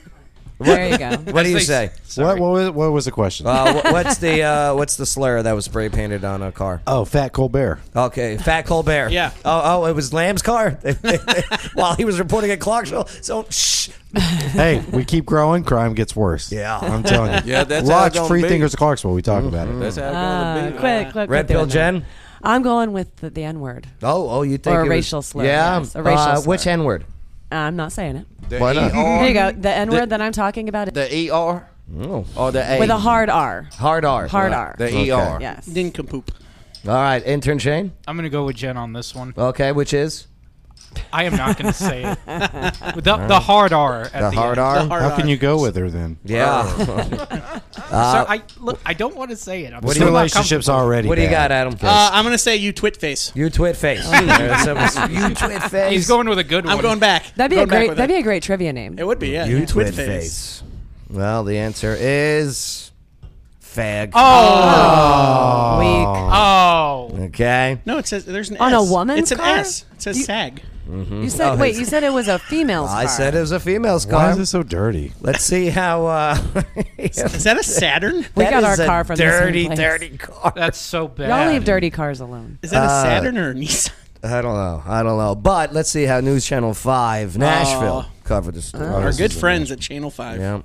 There you go.
What do you
As they-
say?
What, what, was, what was the question?
Uh, wh- what's the uh, what's the slur that was spray painted on a car?
oh, Fat Colbert.
Okay, Fat Colbert.
Yeah.
Oh, oh, it was Lamb's car while he was reporting at Clarksville. So shh.
hey, we keep growing, crime gets worse.
Yeah.
I'm telling you.
Yeah, that's how
Watch
it's gonna
Free
be.
Thinkers of Clarksville. We talk about it.
That's how it's
Uh,
gonna
quick,
be.
quick, quick.
Red
they're
pill,
not.
Jen.
I'm going with the, the N word.
Oh, oh, you think
Or a
it was-
racial slur,
Yeah.
yes, a racial
uh,
slur.
Which N word?
I'm not saying it.
The
Why not?
ER,
Here you go. The N word that I'm talking about is
The ER
Oh.
or the A.
with a hard R.
Hard R.
Hard R.
The
Okay.
ER.
Yes.
Nincompoop.
All right, intern Shane.
I'm gonna go with Jen on this one.
Okay, which is
I am not gonna say it. The, the hard R at the,
the hard
end.
R.
hard
How can
R.
you go with her then?
Yeah.
So
Uh,
I look. I don't want to say it. I'm
This
What do you-
still not
relationship's
comfortable.
already
what do you
bad.
got, Adam?
Uh, I'm going to say you twit face.
you twit face. There's some- you twit face.
He's going with a good one.
I'm going back.
That'd be
Going
a
back
great.
with
That'd
it.
be a great trivia name.
It would be, yeah.
You
twit
twit face. Well, the answer is fag.
Oh.
Weak.
Oh.
Okay.
No, it says there's an
On a
S.
woman's
It's an
car?
S. It says
You-
sag.
Mm-hmm. You said.
Oh,
wait.
it's-
You said it was a female's
I
car.
said it was a female's
Why
car.
is it so dirty?
Let's see how. Uh,
Is that a Saturn?
We
That
got our
is a
car from the same
dirty,
place.
dirty car.
That's so bad.
Y'all leave dirty cars alone.
Is that a Saturn or a Nissan?
Uh, I don't know. I don't know. But let's see how News Channel Five Nashville
Oh.
covered the story.
Our good friends at Channel 5.
Yeah.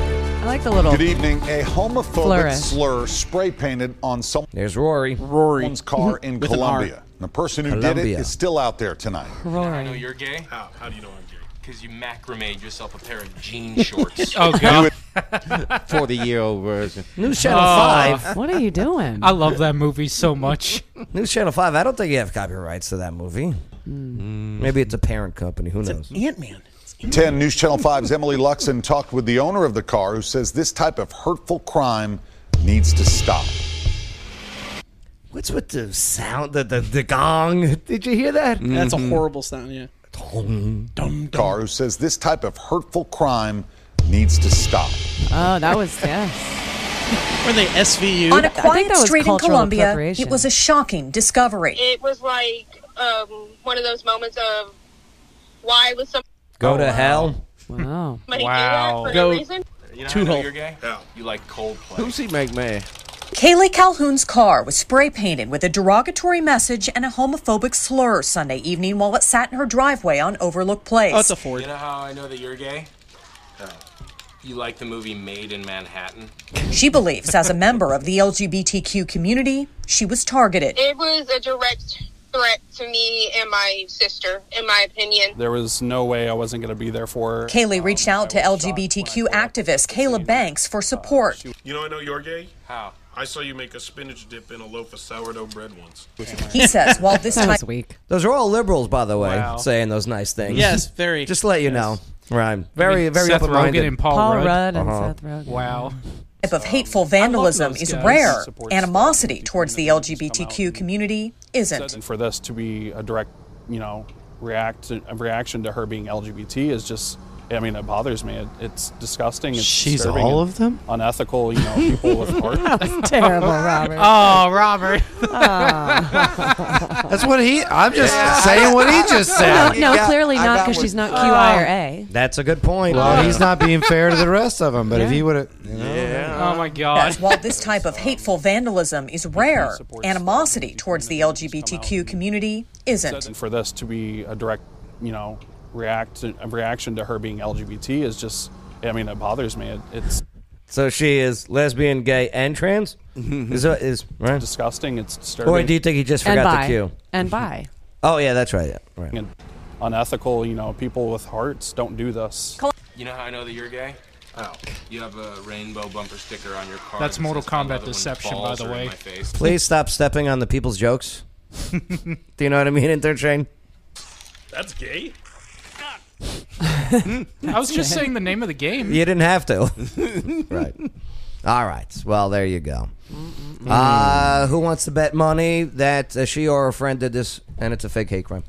I like the little.
Good evening. A homophobic
Flourish.
slur spray painted on
There's Rory.
someone's car in
With an R.
Colombia. The person who did
Colombia.
it is still out there tonight.
Roaring.
you're gay? How? How do you know I'm gay? Because you macrame yourself a pair of jean shorts.
Oh god.
40 year old version.
News Channel
Oh.
Five.
What are you doing?
I love that movie so much.
News Channel Five. I don't think you have copyrights to that movie.
Hmm.
Maybe it's a parent company. Who knows?
Ant Man.
10 News Channel 5's Emily Luxon talked with the owner of the car who says this type of hurtful crime needs to stop.
What's with the sound? The the, the gong. Did you hear that?
Mm-hmm. That's
Mm-hmm.
a horrible sound, yeah.
Car who says this type of hurtful crime needs to stop.
Oh, that was yes.
Were they SVU?
On a quiet street in Colombia, it was a shocking discovery.
It was like um, one of those moments of why was
Go to hell.
Wow.
somebody do that for no reason?
You know
Two
how I know
hole.
you're gay? You like Coldplay.
Who's he make mad?
Kaylee Calhoun's car was spray painted with a derogatory message and a homophobic slur Sunday evening while it sat in her driveway on Overlook Place.
Oh,
You know how I know that you're gay? No. You like the movie Made in Manhattan?
She believes, as a member of the LGBTQ community, she was targeted.
It was a direct threat to me and my sister, in my opinion.
There was no way I wasn't going to be there for her.
Kaylee reached out to LGBTQ activist Kayla Banks for support.
You know I know you're gay?
How?
I saw you make a spinach dip in a loaf of sourdough bread once.
He says, while this
That
time.
was Those are all liberals, by the way, saying those nice things.
Yes, very.
Just to let you know. Right. Very,
mean,
very
Seth
open-minded.
Rogen and Paul Paul Rudd. Rudd
and
Uh-huh.
Seth
Wow.
type of hateful vandalism
those
is
guys.
rare.
Supports the
Animosity towards the LGBTQ community isn't.
And for this to be a direct, you know, react a reaction to her being LGBT is just. I mean, it bothers me. It, it's disgusting. It's
She's
disturbing
all
and
of them?
Unethical, you know, people with heart.
That's terrible, Robert. Ah.
Oh, Robert.
That's what he. I'm just saying what he just said.
No, no, clearly not because she's not Q I or A.
That's a good point.
Well, he's not being fair to the rest of them, but if
Yeah.
he would have,
Yeah.
Oh my
Yes, while this type of hateful vandalism is rare, animosity towards the LGBTQ community isn't.
And for this to be a direct, you know, react a reaction to her being LGBT is just. I mean, it bothers me. It, it's
So she is lesbian, gay, and trans? is, that- is, right?
Mm-hmm. disgusting. It's disturbing.
Or do you think he just
And
forgot
bi.
the Q?
And bi.
Oh, yeah, that's right. Yeah, right.
And unethical, you know, people with hearts don't do this.
You know how I know that you're gay? Oh. You have a rainbow bumper sticker on your car.
That's
that
Mortal
says, "I love
Kombat
it when
deception,
balls
by the
are in
way.
my face."
Please stop stepping on the people's jokes. do you know what I mean, intern Shane?
That's gay.
I was just saying the name of the game.
You didn't have to. right. All right. Well, there you go. Uh, who wants to bet money that uh, she or her friend did this and it's a fake hate crime?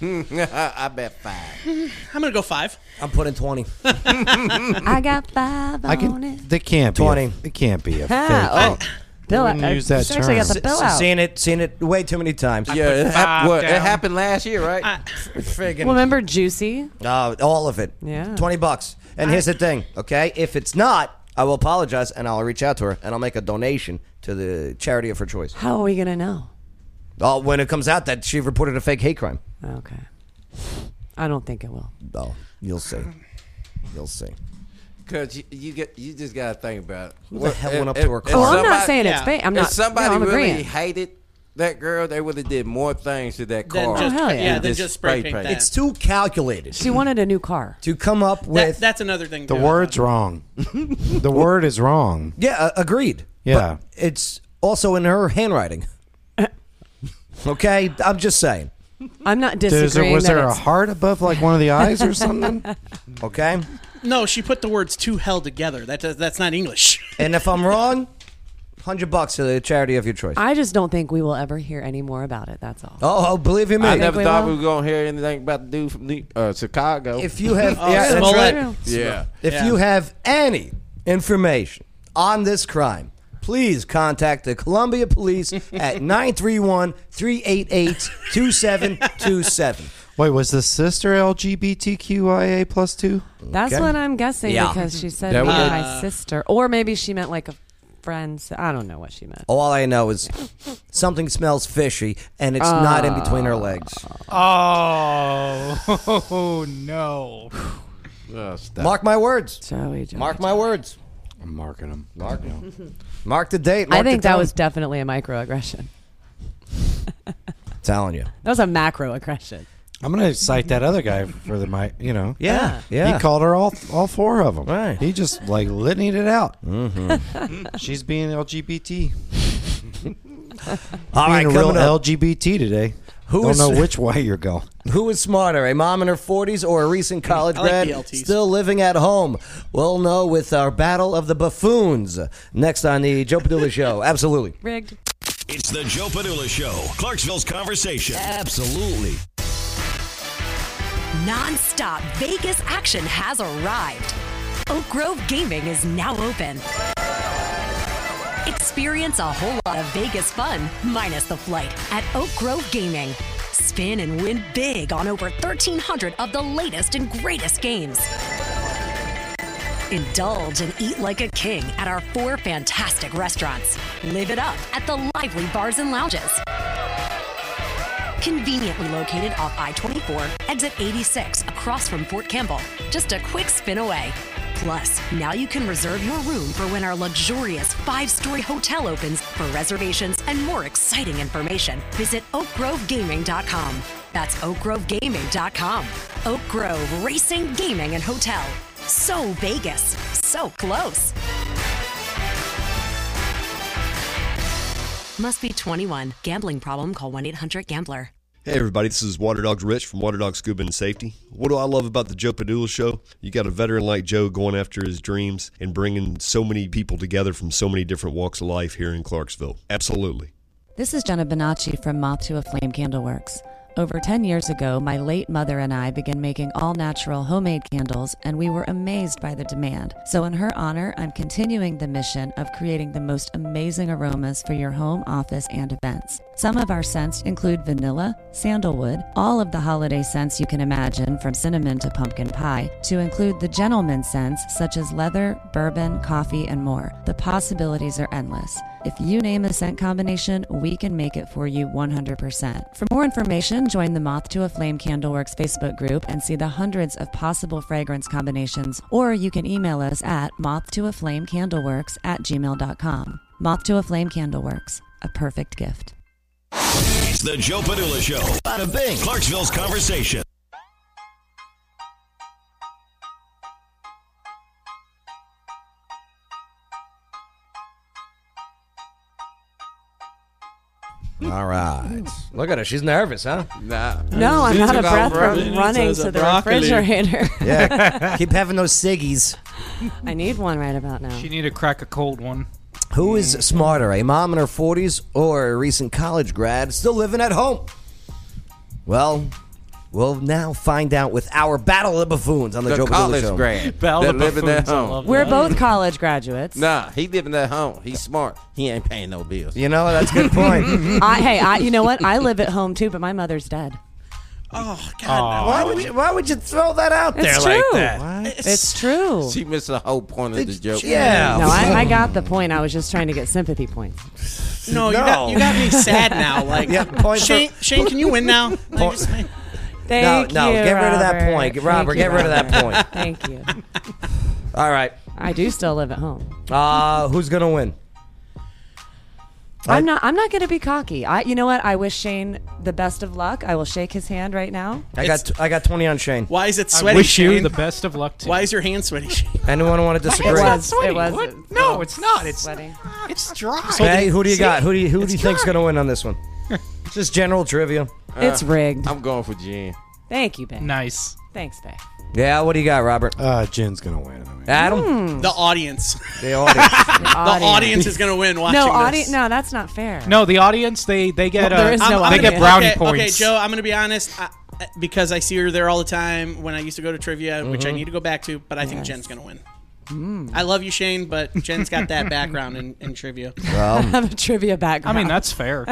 I bet five.
I'm gonna go five.
I'm putting 20.
I got five
I
on it.
can. They can't be. Twenty. It can't be a fake.
Ah, oh. Bill,
Wouldn't
I-
use that
she actually got the
term.
bill out.
Seen it, seen it way too many times.
Yeah, it, hap- what, it happened last year, right?
Friggin-
Well, remember Juicy?
Oh, all of it.
Yeah.
20 bucks. And here's the thing, okay? If it's not, I will apologize and I'll reach out to her and I'll make a donation to the charity of her choice.
How are we going to know?
Oh, when it comes out that she reported a fake hate crime.
Okay. I don't think it will.
Oh, you'll see. You'll see.
Because you, you get, you just gotta think about it.
Who the
What-
hell
if-
went up
if-
to her
if
car? Well, I'm not
somebody-
saying it's Yeah. fake. Oh, I'm not-
If
no,
somebody
I'm
really
agreeing.
hated that girl, they would have did more things to that
Than
car.
just- Oh, hell yeah,
than
than just spray paint that.
It's too calculated.
She wanted a new car.
to come up with.
That's another thing.
The
too.
word's wrong. the word is wrong.
yeah, uh, agreed.
Yeah.
But it's also in her handwriting. okay, I'm just saying.
I'm not
There's
disagreeing.
a, was
that
there a
it's-
heart above like one of the eyes or something?
Okay,
No, she put the words two hell together. That does, that's not English.
and if I'm wrong, hundred bucks to the charity of your choice.
I just don't think we will ever hear any more about it. That's all.
oh, oh, believe you me.
I never
we
thought
will?
we were gonna hear anything about the dude from New, uh, Chicago.
If you have,
Oh,
yeah, that's
Smollett.
right.
True.
yeah,
If you have any information on this crime, please contact the Columbia Police at 931 388 2727.
Wait, was the sister LGBTQIA plus two?
That's
Okay.
what I'm guessing
Yeah.
because she said
That
me and
would-
my sister, or maybe she meant like a friend. si- I don't know what she meant.
All I know is something smells fishy and it's not
Ah.
in between her legs.
Oh, no.
Oh, stop.
Mark my words.
Joey, Joey.
Mark my words.
I'm marking them.
Mark,
Yeah.
mark the date.
I
mark the
think that
time.
was definitely a microaggression.
telling you.
That was a macroaggression.
I'm gonna cite that other guy for the mic. You know.
Yeah, yeah.
He called her all all four of them.
Right. Mm-hmm.
He just like litanied it out. She's being LGBT.
All right,
being a real
coming up.
LGBT today.
Who
Don't
is-
know which way you're going.
Who is smarter, a mom in her 40s or a recent college
I like
grad
the LTs.
still living at home? We'll know with our Battle of the Buffoons next on the Joe Padula Show. Absolutely.
Rigged.
It's the Joe Padula Show, Clarksville's conversation.
Absolutely.
Non-stop Vegas action has arrived.
Oak Grove Gaming is now open. Experience a whole lot of Vegas fun, minus the flight, at Oak Grove Gaming. Spin and win big on over 1,300 of the latest and greatest games. Indulge and eat like a king at our four fantastic restaurants. Live it up at the lively bars and lounges. Conveniently located off I 24, exit 86, across from Fort Campbell. Just a quick spin away. Plus, now you can reserve your room for when our luxurious five story hotel opens for reservations and more exciting information. Visit oakgrovegaming.com. That's oakgrovegaming.com. Oak Grove Racing, Gaming, and Hotel. So Vegas, so close. Must be 21. Gambling problem, call 1 800 Gambler.
Hey everybody, this is Water Dogs Rich from Water Dogs Scuba and Safety. What do I love about the Joe Padula Show? You got a veteran like Joe going after his dreams and bringing so many people together from so many different walks of life here in Clarksville. Absolutely.
This is Jenna Bonacci from Moth to a Flame Candleworks. Over 10 years ago, my late mother and I began making all natural homemade candles, and we were amazed by the demand. So, in her honor, I'm continuing the mission of creating the most amazing aromas for your home, office, and events. Some of our scents include vanilla, sandalwood, all of the holiday scents you can imagine, from cinnamon to pumpkin pie, to include the gentleman scents such as leather, bourbon, coffee, and more. The possibilities are endless. If you name a scent combination, we can make it for you 100%. For more information, join the Moth to a Flame Candleworks Facebook group and see the hundreds of possible fragrance combinations, or you can email us at moth to a flame candleworks at gmail.com. Moth to a Flame Candleworks, a perfect gift.
It's the Joe Padula Show. Bada bing. Clarksville's conversation.
All right. Look at her. She's nervous, huh?
Nah.
No, I'm not a breath from running to the refrigerator.
yeah. Keep having those ciggies.
I need one right about now.
She need to crack a cold one.
Who is smarter, a mom in her 40s or a recent college grad still living at home? Well, we'll now find out with our Battle of the Buffoons on the,
The
Joe Padula
college
Show.
grad. Battle They're of living at Buffoons, I home. love
We're both college graduates.
Nah, he living at home. He's smart. He ain't paying no bills.
You know, that's a good point.
I, hey, I, you know what? I live at home too, but my mother's dead.
Oh
God.
Why would you? Why would you throw that out
It's
there like
true.
that?
It's true.
She missed the whole point of the joke.
No, I, I got the point. I was just trying to get sympathy points.
No, You, got, you got me sad now. Like,
Yeah, point
Shane,
for-
Shane, can you win now? Like, just- Thank
no, no,
you,
get rid of that
Robert.
point,
Thank
Robert.
you,
get rid of that point.
Robert.
Thank you.
All right.
I do still live at home.
Uh, who's gonna win?
I'm not. I'm not going to be cocky. I. You know what? I wish Shane the best of luck. I will shake his hand right now.
I got I got twenty on Shane.
Why is it sweaty?
wish you
Shane?
the best of luck.
Why is your hand sweaty? Shane?
Anyone want to
It
disagree?
was. It was.
No, it's not. It's It's dry.
Hey, who do you got? Who do you who do you think's gonna win on this one? Just general trivia. Uh,
It's rigged.
I'm going for Jen.
Thank you, Ben.
Nice.
Thanks, Ben.
Yeah, what do you got, Robert?
Uh, Jen's gonna win.
Adam,
Hmm.
The audience.
the audience.
The
audience is going to win watching
No
this.
audience. No, that's not fair.
No, the audience they they get
Well, there
uh,
is no
they
audience.
get brownie
okay,
points.
Okay, Joe, I'm going to be honest I, I- because I see her there all the time when I used to go to trivia, which I
Mhm.
need to go back to, but I think
Yes.
Jen's going to win.
Mm.
I love you, Shane, but Jen's got that background in, in trivia.
I have a trivia background.
I mean, that's fair.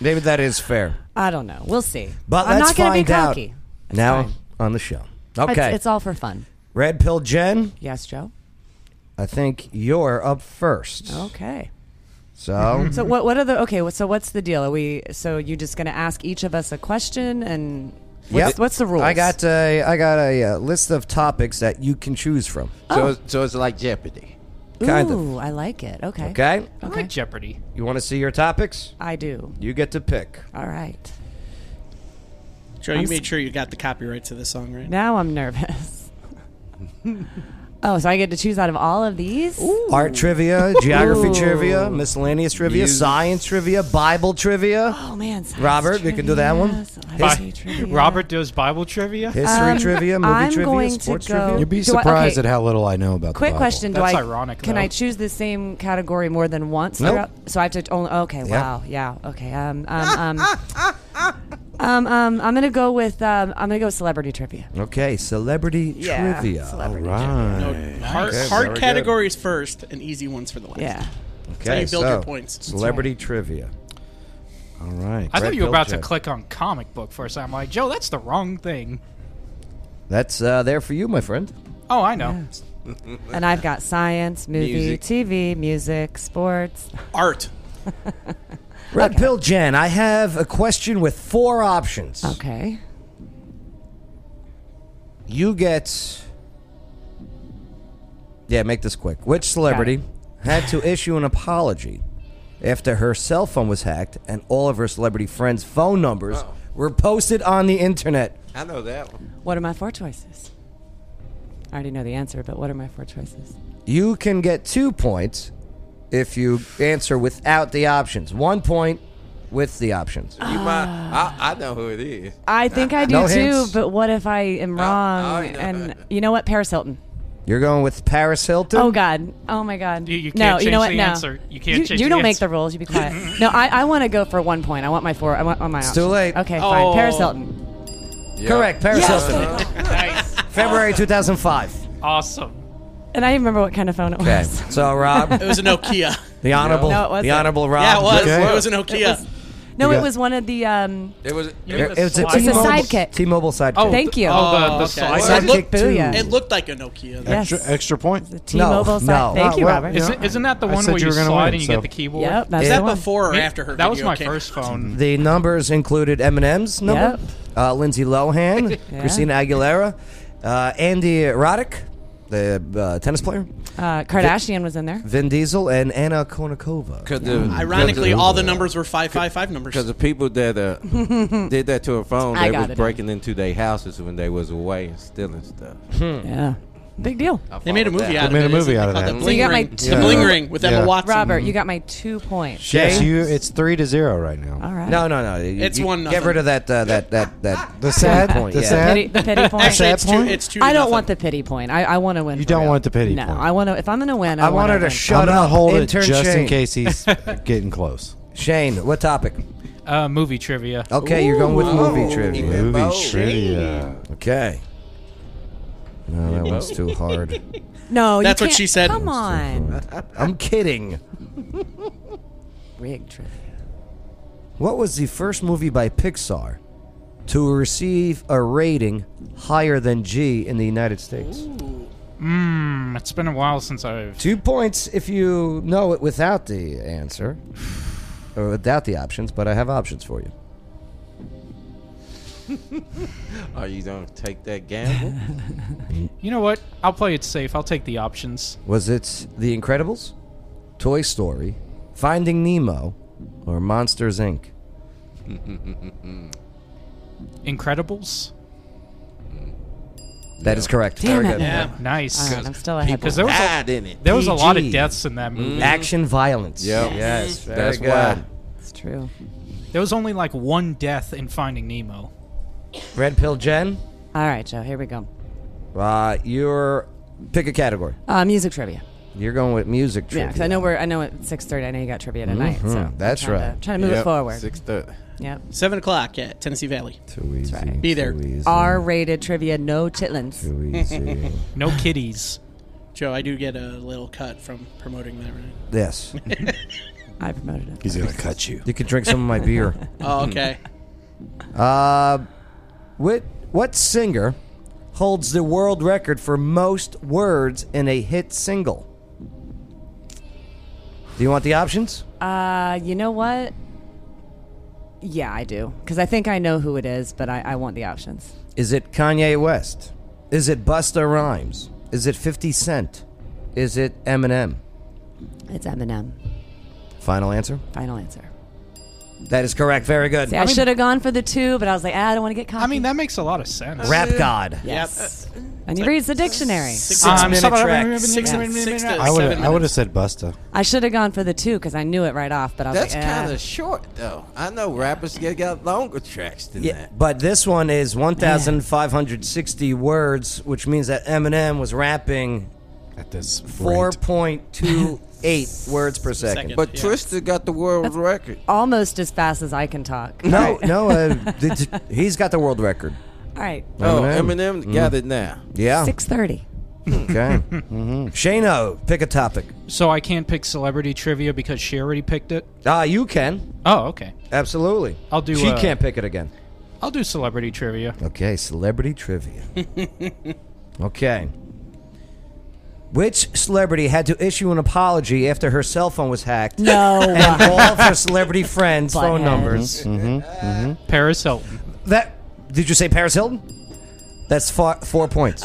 Maybe that is fair.
I don't know. We'll see.
But
I'm
let's
not gonna
find
be
out
cocky.
now on the show. Okay.
It's, it's all for fun.
Red Pill Jen,
Yes, Joe.
I think you're up first.
Okay.
So
So what? What are the? Okay. So what's the deal? Are we? So you just going to ask each of us a question and? What's,
Yep.
what's the rules?
I got a, I got a uh, list of topics that you can choose from.
So,
Oh.
it's- so it's like Jeopardy.
kind of.
Ooh, I like it. Okay.
Okay.
I like Okay.
Jeopardy.
You want to see your topics?
I do.
You get to pick.
All right.
Joe,
I'm
you
s-
made sure you got the copyright to this song, right?
Now I'm nervous. oh, so I get to choose out of all of these?
Art trivia, geography trivia,
Ooh.
miscellaneous trivia,
Music.
science trivia, Bible trivia. Oh
man,
Robert, you can do that one.
Bi- Robert does Bible trivia.
History Um, trivia, movie I'm trivia, going to sports go- trivia?
You'd be
Do I-
surprised
okay.
at how little I know about.
Quick
the Bible.
question: Do
That's
I
ironic,
can
though.
I choose the same category more than once?
Nope.
oh, throughout- So I have to only. Okay.
Yep.
Wow. Yeah. Okay. Um. Um. um Um, um, I'm gonna go with um, I'm gonna go with celebrity trivia.
Okay, celebrity
Yeah,
trivia.
celebrity
All right.
Hard,
Okay,
hard
very good.
categories first and easy ones for the last.
Yeah.
Okay,
That's how you build your
so,
points.
Celebrity trivia. All right.
I
Brett
thought you were about to
Bilgeck.
click on comic book for a second. I'm like, Joe, that's the wrong thing.
That's uh, there for you, my friend.
Oh, I know.
And I've got science, movie,
Music.
TV, music, sports,
art.
Red Pill Jen, Uh, I have a question with four options.
Okay.
You get. Yeah, make this quick. Which celebrity had to issue an apology after her cell phone was hacked and all of her celebrity friends' phone numbers were posted on the internet?
I know that one.
What are my four choices? I already know the answer, but what are my four choices?
You can get two points if you answer without the options, one point with the options.
You might, I, I know who it is.
I think I do
No
too,
hints.
but what if I am wrong?
know
and you know what, Paris Hilton.
You're going with Paris Hilton?
Oh God! Oh my God!
You- you
no,
can't
you know
change
what?
the
no,
answer. You can't
You,
change
you
the
don't make
answer.
the rules. You be quiet. no, I, I want to go for one point. I want my four. I want, I want my.
It's
options.
too late.
Okay, fine. Paris
Oh.
Hilton.
Correct, Paris
Yes!
Hilton.
nice.
February 2005.
Awesome.
And I didn't remember what kind of phone it was.
Okay, so Rob.
It was a Nokia.
The honorable,
No, it wasn't.
the honorable Rob.
Yeah, it was.
Okay.
It was an Nokia.
It was- no,
You
it
got-
was one of the. Um,
It was.
It was a
It's a
T-Mobile-
sidekick.
T-Mobile sidekick.
Oh, Thank you.
Oh, the, the
Okay.
side.
It looked,
Booyah.
it looked like a Nokia.
Extra, extra point.
T-Mobile side- Thank you, Robert.
Isn't, isn't that the one where you, slide and you get the keyboard?
Is that before or
Me-
after her
That was
video
my
came
first
out?
phone.
The numbers included Eminem's number, uh, Lindsay Lohan,
Yeah.
Christina Aguilera, uh, Andy Roddick, the uh, tennis player,
uh, Kardashian was in there.
Vin Diesel, and Anna Kournikova.
Ironically, all the numbers were five five five numbers.
Because the people that uh, did that to her phone,
I
they
got
was
it.
breaking into their houses when they was away and stealing stuff.
Hmm.
Yeah. Big deal.
They made a movie
They
out of it.
made a
It's
movie out of
called
that.
The
So you
bling
got my
ring.
two.
The bling ring with
Yeah.
Emma Watson.
Robert, you got my two points.
Yes, you. It's three to zero right now.
All right.
No, no, no. you-
It's
you
one
Get
nothing.
rid of that. Uh, that. That. That.
The sad-
point.
the
yeah.
sad-
Pity, the pity point.
Actually, it's two- Sad it's
two
I don't want the pity point. I, I want to win.
You
for
don't
real.
want the pity
No,
point.
I want to. If I'm going to win,
I
I,
want her to
shut.
shut
I'm gonna
up,
hold it
intern
just
Shane.
in case he's getting close.
Shane, what topic?
Uh, movie trivia.
Okay, you're going with
Oh,
movie trivia.
Movie trivia.
Okay. No, that one's too hard.
No, you
That's what
can't-
she said.
Come on,
I'm kidding.
rig trivia.
What was the first movie by Pixar to receive a rating higher than G in the United States?
Mmm, it's been a while since I've.
Two points if you know it without the answer, or without the options, but I have options for you.
Are Oh, you gonna take that gamble?
You know what? I'll play it safe. I'll take the options.
Was it The Incredibles, Toy Story, Finding Nemo, or Monsters, Inc.?
Incredibles.
That is correct.
Damn
Very
it.
good.
Yeah, nice. All right, I'm still ahead.
Because
There was a- Died in it. there was a lot of
PG.
deaths in that movie.
Action violence.
Yep.
Yes, very
That's
good.
why.
It's true.
There was only like one death in Finding Nemo.
Red Pill Jen,
All right, Joe. Here we go.
uh, you're pick a category.
Uh, music trivia.
You're going with music
Yeah,
trivia.
because I know we're. I know at six thirty. I know you got trivia tonight.
Mhm,
So I'm
that's
trying To,
right.
trying to move
Yep,
it forward.
thirty.
Yep.
Seven o'clock at Tennessee Valley.
Too easy.
That's right. Be there.
R-rated trivia, no chitlins.
no kitties.
Joe, I do get a little cut from promoting that, right?
Yes.
I promoted it.
He's gonna cut you.
You can drink some of my beer.
Oh, okay.
Uh, what what singer holds the world record for most words in a hit single? Do you want the options?
Uh, you know what? Yeah, I do. Because I think I know who it is, but I, I want the options.
Is it Kanye West? Is it Busta Rhymes? Is it 50 Cent? Is it Eminem?
It's Eminem.
Final answer?
Final answer.
That is correct. Very good.
See, I, should have gone for the two, but I was like, ah, I don't want to get caught. I mean,
that makes a lot of sense.
Rap God.
Yes. and he reads the dictionary.
Six Um, minute somebody- track.
Six,
Yes.
six to
I would.
seven
I would have
minutes.
said Busta.
I should have gone for the two because I knew it right off, but I was
That's
like, eh.
kind of short though. I know rappers get got longer tracks than
Yeah, but this one is 1,560 words, which means that Eminem was rapping
at this
4.2 eight words per second.
but Trista got the world record.
Almost as fast as I can talk.
No, no, uh, did- he's got the world record. Mm-hmm.
All right.
Oh, Eminem got it now.
Yeah.
Six thirty.
Okay. mm-hmm. Shano, pick a topic.
So I can't pick celebrity trivia because she already picked it.
Ah, you can.
Oh, okay.
Absolutely.
I'll do,
She
uh,
can't pick it again.
I'll do celebrity trivia.
Okay, celebrity trivia. okay. Which celebrity had to issue an apology after her cell phone was hacked?
No.
And all of her celebrity friends' phone
Butthead.
numbers.
Mm-hmm,
Paris Hilton.
That did you say Paris Hilton? That's four, four points.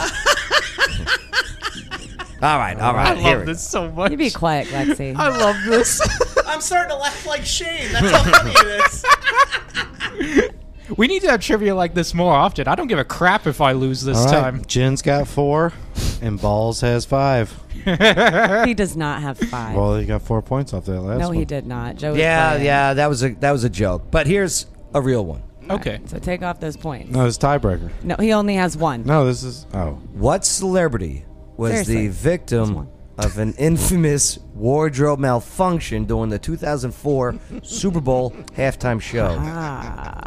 all right, all right.
I
here
love
it-
this so much.
You be quiet, Lexi.
I love this.
I'm starting to laugh like Shane. That's how funny it is.
We need to have trivia like this more often. I don't give a crap if I lose this
All right,
time.
Jen's got four, and Balls has five.
he does not have five.
Well, he got four points off that last
no,
one.
he did not. Joe. was
Yeah,
playing.
yeah, that was a that was a joke. But here's a real one.
Okay.
So take off those points.
No, it's tiebreaker.
No, he only has one.
No, this is oh.
What celebrity was
Seriously.
the victim of an infamous wardrobe malfunction during the 2004 Super Bowl halftime show?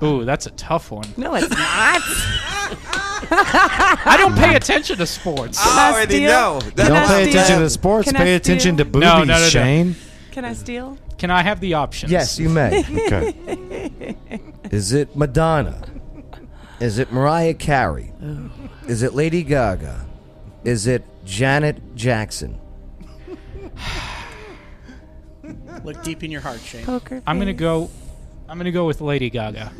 Ooh, that's a tough one.
Ah. No, it's not.
I don't pay attention to sports.
I already steal? know. Can
Don't
I
pay
steal?
attention to the sports.
Can I
pay attention to
steal?
boobies,
No, no, no, no.
Shane.
Can I steal?
Can I have the options?
Yes, you may.
Okay.
Is it Madonna? Is it Mariah Carey? Is it Lady Gaga? Is it Janet Jackson?
Look deep in your heart, Shane.
I'm gonna go. I'm gonna go with Lady Gaga.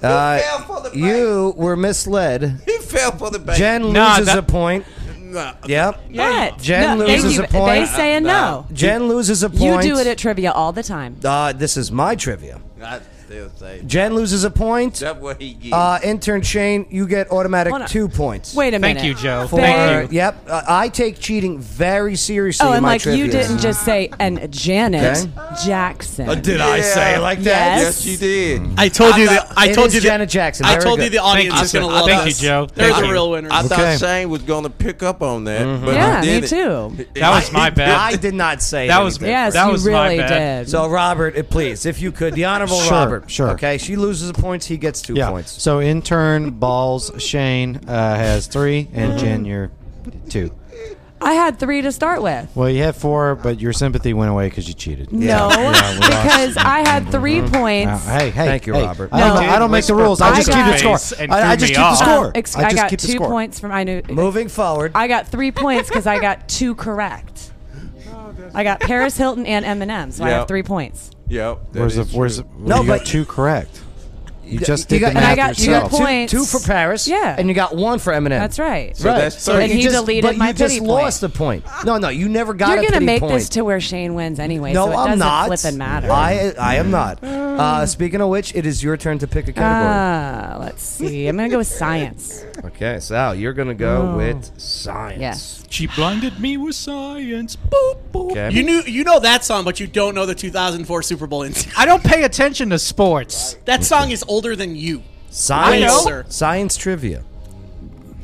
Uh, you were misled.
He fell for the bait.
Jen
Nah,
loses
that-
a point.
Nah.
Yep.
Yeah.
Jen
No, thank
loses
you.
a point.
They saying no.
Jen loses a
You
point.
do it at trivia all the time.
Uh, this is my trivia.
I still say
Jen loses a point.
That's what he gets.
Uh, intern Shane, you get automatic
Hold on.
two points.
Wait a
Thank
minute.
you, Joe.
For,
Thank you.
Yep, uh, I take cheating very seriously.
Oh,
in
and
my
like you
trivias.
didn't just say and Janet
Okay.
Jackson.
Uh,
Uh,
did I say it like
that?
Yes,
Yes.
you did.
I told you that. I
It
told
is
you
Janet
that.
Jackson.
I
Very
told
good.
you the audience is going to love
Thank you,
us.
Joe.
They're
Thank
the
you.
real winners. Mm-hmm.
I
Okay.
thought Shane was going to pick up on that, but
Yeah,
he
me
didn't.
too.
That was my
I
bad.
did not say
That
anything.
was
Yes,
that
you
was my
really
bad.
did.
So Robert, uh, please, if you could, the honorable
Sure,
Robert.
sure.
Okay, she loses the points. He gets two
Yeah.
points.
So intern balls Shane uh, has three, and Jen you're two.
I had three to start with.
Well, you had four, but your sympathy went away because you cheated.
No,
Yeah, we lost. Mm-hmm.
because I had three points.
Now, hey, hey,
Thank you,
hey,
Robert.
I don't,
No.
know- I don't make the rules. I
I
just keep
got-
the score.
And
I, I
threw
just
me
keep the
off.
score.
Ex-
I
I,
just
got
keep the
two
score.
points from I knew.
Moving forward,
I got three points because I got two correct. I got Paris Hilton and Eminem, so I
Yeah.
have three points.
Yep. that
Where's the,
is
where's the,
true.
No,
you got
but-
two correct. You just
you
did
got-
the
and
math
I
got- you got
yourself.
two,
points.
two for Paris.
Yeah.
and you got one for Eminem.
That's right.
So that's
So
three.
And
you
he
just,
deleted
but
my
you just
pity point.
lost the point. No, no, you never got.
You're
a
gonna
pity
make
point.
this to where Shane wins anyway,
No,
so it
I'm
doesn't
not.
flip and matter.
I I am not. Uh, speaking of which, it is your turn to pick a category.
Ah, let's see. I'm gonna go with science.
okay, Sal, you're gonna go
Oh.
with science.
Yes.
She blinded me with science. Boop boop.
Okay.
You knew you know that song, but you don't know the 2004 Super Bowl. Instinct.
I don't pay attention to sports.
That song is older than you.
science.
I know, sir.
Science trivia.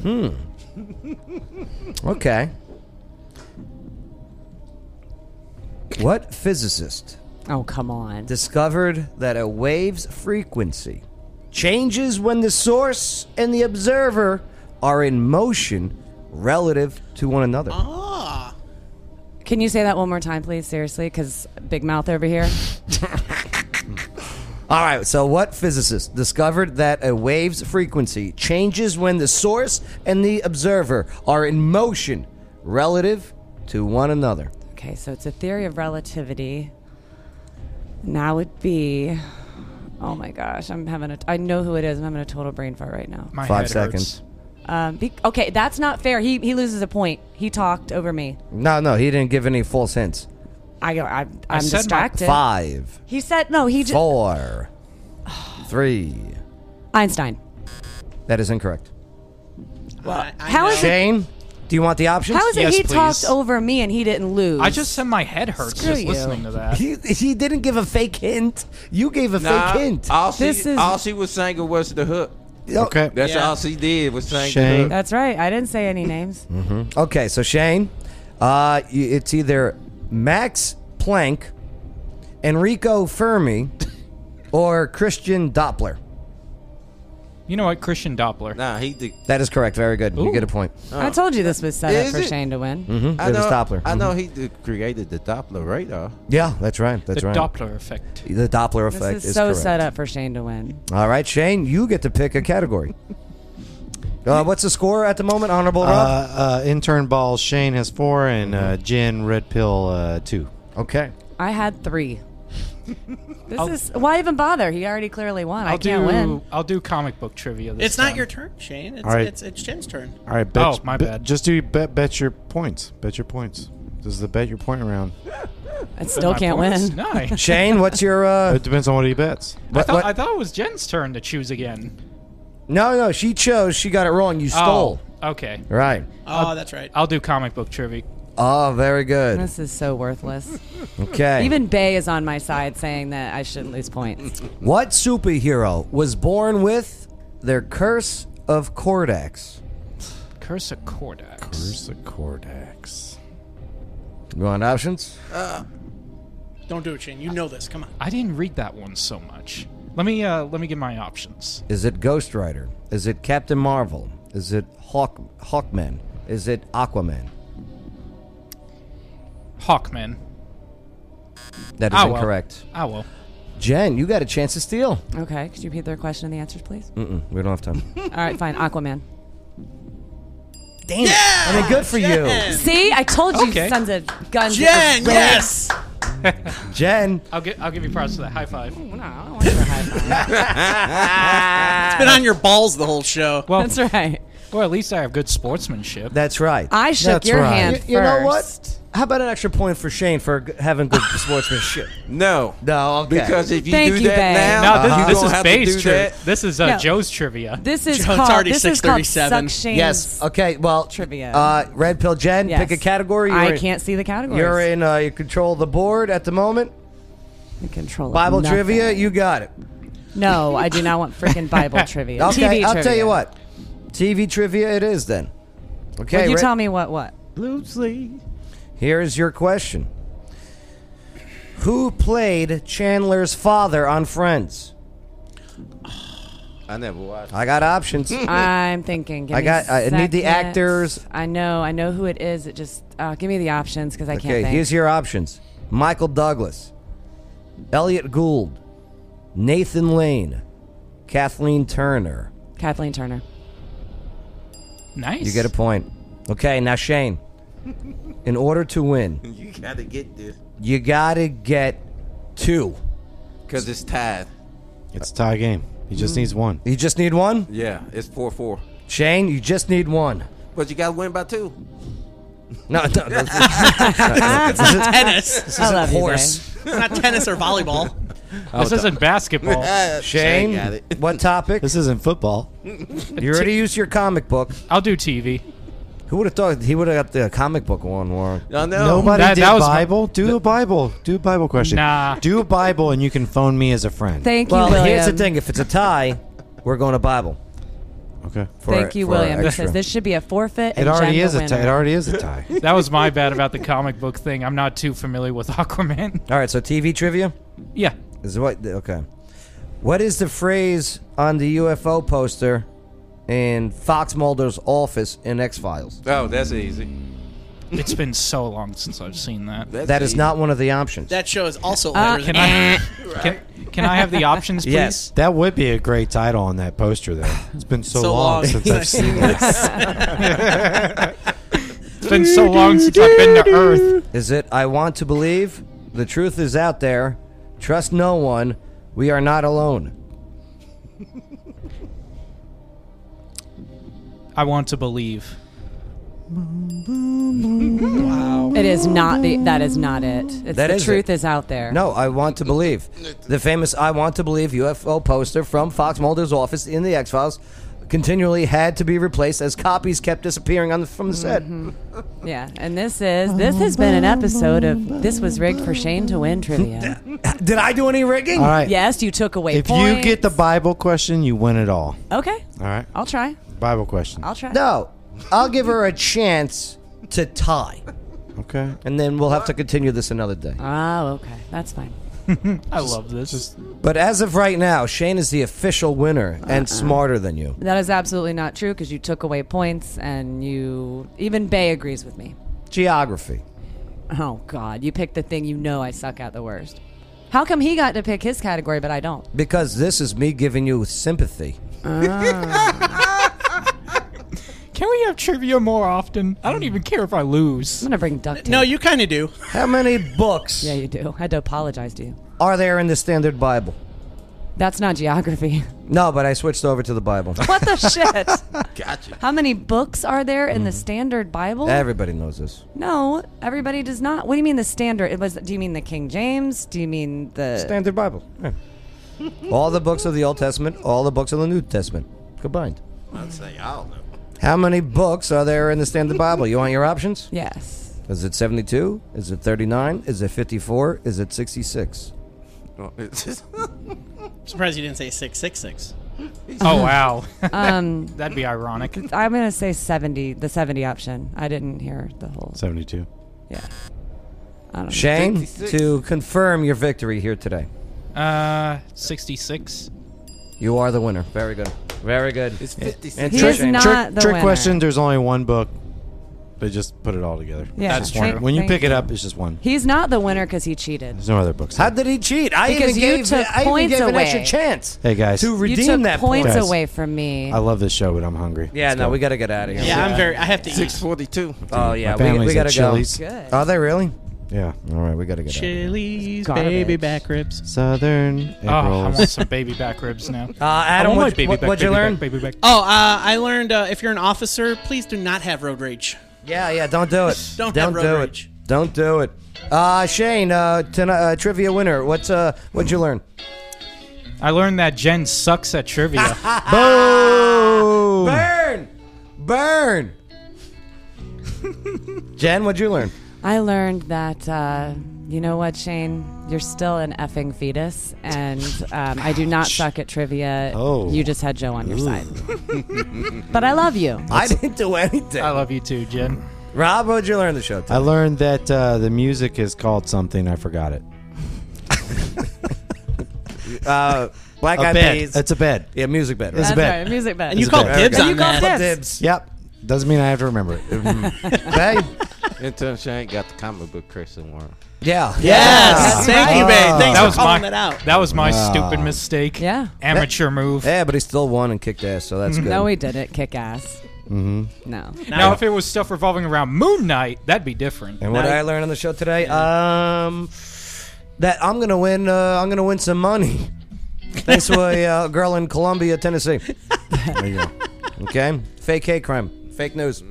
Hmm. Okay. What physicist
Oh come on.
discovered that a wave's frequency changes when the source and the observer are in motion relative to one another?
Ah,
Can you say that one more time, please? Seriously, because big mouth over here.
All right, so what physicist discovered that a wave's frequency changes when the source and the observer are in motion relative to one another?
Okay, so it's a theory of relativity. Now would be. Oh my gosh, I'm having a. I know who it is. I'm having a total brain fart right now.
My
Five
head hurts.
seconds.
Um, be, okay, that's not fair. He he loses a point. He talked over me.
No, no, he didn't give any false hints.
I go. I, I'm
said my-
distracted.
Five,
He said no. He just
four, three.
Einstein.
That is incorrect.
I- I
how
know.
is it-
Shane, do you want the options?
How is it
Yes,
he
please.
talked over me and he didn't lose?
I just said my head hurts
Screw
just
you.
listening to that.
He, he didn't give a fake hint. You gave a
Nah,
fake hint.
All she,
This is-
all she was singing was the hook.
Oh,
Okay.
That's
Yeah.
all she did was sing
Shane.
the hook. Mm-hmm.
That's right. I didn't say any names.
Okay, so Shane, uh, y- it's either Max Planck, Enrico Fermi, or Christian Doppler?
You know what? Christian Doppler.
Nah, he. Did.
That is correct. Very good. You
Ooh.
get a point.
Oh.
I told you this was set up
Is
for
it?
Shane to win.
Mhm.
I
It was
know-
Doppler.
I know
Mhm.
he did- created the Doppler radar.
Yeah, that's right. That's
The
right.
Doppler effect.
The Doppler
This
effect
is, so
correct.
set up for Shane to win.
All right, Shane, you get to pick a category. uh, what's the score at the moment, Honorable Rob?
Uh, uh, intern balls. Shane has four, and uh, Jen Red Pill uh, two.
Mm-hmm. Okay.
I had three. This
I'll-
is why even bother? He already clearly won.
I'll
I can't
do.
win.
I'll do comic book trivia. This
It's not
time.
your turn, Shane. It's
All right.
it's, it's Jen's turn.
All right. Bet,
Oh, my
bet-
bad.
Just do bet, bet your points. Bet your points. This is the bet your point round.
I still can't win.
Shane, what's your? Uh,
it depends on what he bets.
I thought,
what-
I thought it was Jen's turn to choose again.
No, no, she chose. She got it wrong. You stole.
Oh, okay.
Right.
Oh, that's right.
I'll do comic book trivia.
Oh, very good.
This is so worthless.
Okay.
Even Bay is on my side saying that I shouldn't lose points.
What superhero was born with their curse of Cordax?
Curse of Cordax.
Curse of Cordax.
You want options?
Uh, Don't do it, Shane. You know this. Come on.
I didn't read that one so much. Let me uh, let me get my options.
Is it Ghost Rider? Is it Captain Marvel? Is it Hawk Hawkman? Is it Aquaman?
Hawkman.
That is
Ah, well.
incorrect.
Ah well.
Jen, you got a chance to steal.
Okay, could you repeat their question and the answers, please?
Mm-mm, we don't have time.
All right, fine. Aquaman.
Damn. I mean, good for you,
See, I told you,
Okay.
sons of guns.
Jen,
Really?
yes!
Jen.
I'll get I'll give you props for that. High five.
It's been on your balls the whole show.
Well,
That's right.
Well, at least I have good sportsmanship.
That's right.
I shook
That's
your
right.
hand
You, you know what? How about an extra point for Shane for g- having good sportsmanship?
No.
No, okay.
Because if you Thank do you, that babe. now,
no, this,
Uh-huh.
this
you gonna
is
have to
Bay's
do
trivia.
that.
This is uh,
No.
Joe's trivia.
This is
Joe, it's
called.
already
this is called suck
6:37.
Shane's
Yes. Okay. Well,
trivia.
Uh, Red Pill Jen,
Yes.
pick a category.
I
in-
can't see the categories.
You're in. Uh, you control of the board at the moment.
You control of
Bible
nothing.
trivia. You got it.
No, I do not want freaking Bible trivia.
Okay.
TV
I'll
trivia.
tell you what. TV trivia. It is then. Okay.
Would you
Red-
tell me what what?
Loosely.
Here is your question. Who played Chandler's father on Friends?
I never watched.
I got options.
I'm thinking. Give
I
me
got- I need the
seconds.
actors.
I know. I know who it is. It just uh, give me the options because I
Okay,
can't think.
here's your options Michael Douglas, Elliot Gould, Nathan Lane, Kathleen Turner.
Kathleen Turner.
Nice.
You get a point. Okay, now Shane, in order to win,
You gotta get this
you gotta get two.
because it's tied.
It's a tie game. He just needs one.
You Hmm. just need one?
Yeah, it's four four.
Shane, you just need one.
But you gotta win by two.
No, no, no, this is-
It's not tennis.
This isn't
love you,
horse.
It's not tennis or volleyball.
This isn't basketball.
Oh, Uh, Shane,
got it.
what topic?
This isn't football.
You already used your comic book.
I'll do TV.
Who would have thought he would have got the comic book one, Warren?
No, no.
Nobody
That-
did
that was my- Ah.
Bible. do a Bible. Do a Bible question.
Nah.
Do a Bible, and you can phone me as a friend.
Thank
well,
you, William.
here's the thing: if it's a tie, we're going to Bible.
okay.
For,
Thank you,
for
William,
extra.
because this should be a forfeit.
It
and
already
Jen
is
the
a tie. It
winner.
already is a tie.
That was my bad about the comic book thing. I'm not too familiar with Aquaman.
All right, so TV trivia
Yeah.
is what? Okay, what is the phrase on the UFO poster in Fox Mulder's office in X Files?
Oh, that's easy.
It's been so long since I've seen that.
That's
That is
easy.
not one of the options.
That show is also
Uh,
better
Can
than
I can, can I have the options, please?
Yes.
That would be a great title on that poster, though. It's been so, long, since I've seen that.
It's been so long since I've been to Earth.
Is it? I want to believe the truth is out there. Trust no one. We are not alone.
I want to believe.
It is not the. That is not it. It's
That
the
is it.
truth is out there.
No, I want to believe. The famous I want to believe UFO poster from Fox Mulder's office in the X Files continually had to be replaced as copies kept disappearing on the, from the
Mm-hmm.
set.
Yeah, and this is this has been an episode of this was rigged for Shane to win trivia.
Did I do any rigging?
All right.
Yes, you took away.
If you get the Bible question, you win it all.
okay,
All right.
I'll try.
Bible question.
I'll try.
No, I'll give her a chance to tie.
Okay.
And then we'll have to continue this another day.
Oh, okay. That's fine.
I love this.
But as of right now, Shane is the official winner
Uh-uh.
and smarter than you.
That is absolutely not true because you took away points and you. Even Bay agrees with me.
Geography.
Oh, God. You picked the thing you know I suck at the worst. How come he got to pick his category, but I don't?
Because this is me giving you sympathy.
Ah. Can we have trivia more often? I don't even care if I lose. I'm
gonna bring duct
No, you kind of do.
How many books?
Yeah, you do. I had to apologize to you.
Are there in the Standard Bible?
That's not geography.
No, but I switched over to the Bible.
What the shit?
Gotcha.
How many books are there in the standard Bible?
Everybody knows this.
No, everybody does not. What do you mean the standard? It was. Do you mean the King James? Do you mean the
Standard Bible? All the books of the Old Testament, all the books of the New Testament combined.
I'd say I don't know.
How many books are there in the Standard Bible? You want your options?
Yes.
Is it 72? Is it 39? Is it 54? Is it 66?
I'm surprised you didn't say six six six.
Oh, wow.
Um,
That'd be ironic.
I'm gonna say seventy. The seventy option. I didn't hear the whole.
72.
Yeah. I don't know.
Shane, to confirm your victory here today,
Uh, 66.
you are the winner. Very good. Very good. It's
56.
And
He
trick-
is not
trick-
the
Trick
winner.
question. There's only one book. They just put it all together.
Yeah. That's
Just one.
true.
When you
Thank
pick it up, it's just one.
He's not the winner because he cheated.
There's no other books.
How did he cheat? I
Because
even
you
gave,
took
I even
points
gave an
away.
extra chance.
Hey guys,
To redeem
you took
that
points
Guys,
away from me.
I love this show, but I'm hungry.
Yeah,
Let's
no,
go.
we got to get out of here.
Yeah, I'm very. I have to eat.
642.
Oh yeah, we,
family's
we
at
gotta go.
Chili's.
Good.
Are they really?
Yeah.
All right, we gotta get out.
Chili's
Garbage.
baby back ribs.
Southern egg
Oh, I
rolls.
want some baby back ribs now.
Uh, Adam,
I want my
what-
baby
what-
back,
what'd you
baby
learn?
Back, baby back.
Oh, uh, I learned uh, if you're an officer, please do not have road rage.
Yeah, yeah, don't do it.
Don't have
don't
road
do
rage.
it. Don't do it. Uh, Shane, uh, tonight, uh, trivia winner. What's uh, what'd you learn?
I learned that Jen sucks at trivia.
Boom! Burn, burn. Jen, what'd you learn?
I learned that uh, you know what, Shane, you're still an effing fetus, and um, I do not suck at trivia.
Oh.
you just had Joe on your side, but I love you.
I didn't do anything.
I love you too, Jen.
Rob, what'd you learn the show?
I learned that uh, the music is called something. I forgot it.
Uh, Black
a
Eyed
bed.
Peas.
It's a bed.
Yeah, music bed. Right?
It's
That's
a bed.
right, music bed.
And you
It's a
called
bad-
dibs
And
on
you called
that.
dibs.
Yep. Doesn't mean I have to remember it.
Hey.
Until Shane got the comic book Christian one.
Yeah.
Yes, thank you, babe. Thanks
Uh, That
for
was
calling
my
that out.
that was my
Wow.
stupid mistake.
Yeah.
Amateur move.
Yeah, but he still won and kicked ass, so that's good.
Mm-hmm. No, we didn't kick ass. Mm-hmm. No.
Now, if it was stuff revolving around Moon Knight, that'd be different.
And what did I learn on the show today? Um, that I'm gonna win. Uh, I'm gonna win some money. Thanks to a uh, girl in Columbia, Tennessee.
there you go.
Okay, fake hate crime, fake news.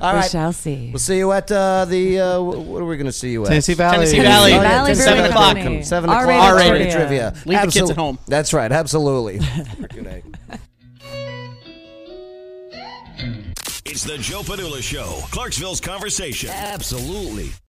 All
we
right,
shall see.
we'll see you at uh, the. Uh, wh- what are we gonna see you at?
Tennessee Valley.
Tennessee Valley.
Oh, yeah,
Valley
Tennessee
Brewing
Valley.
o'clock.
Company.
Seven
R-rated
o'clock.
R-rated
trivia.
trivia.
Leave the kids
Absol-
at home.
That's right. Absolutely. Good night.
It's the Joe Padula Show, Clarksville's conversation.
Absolutely.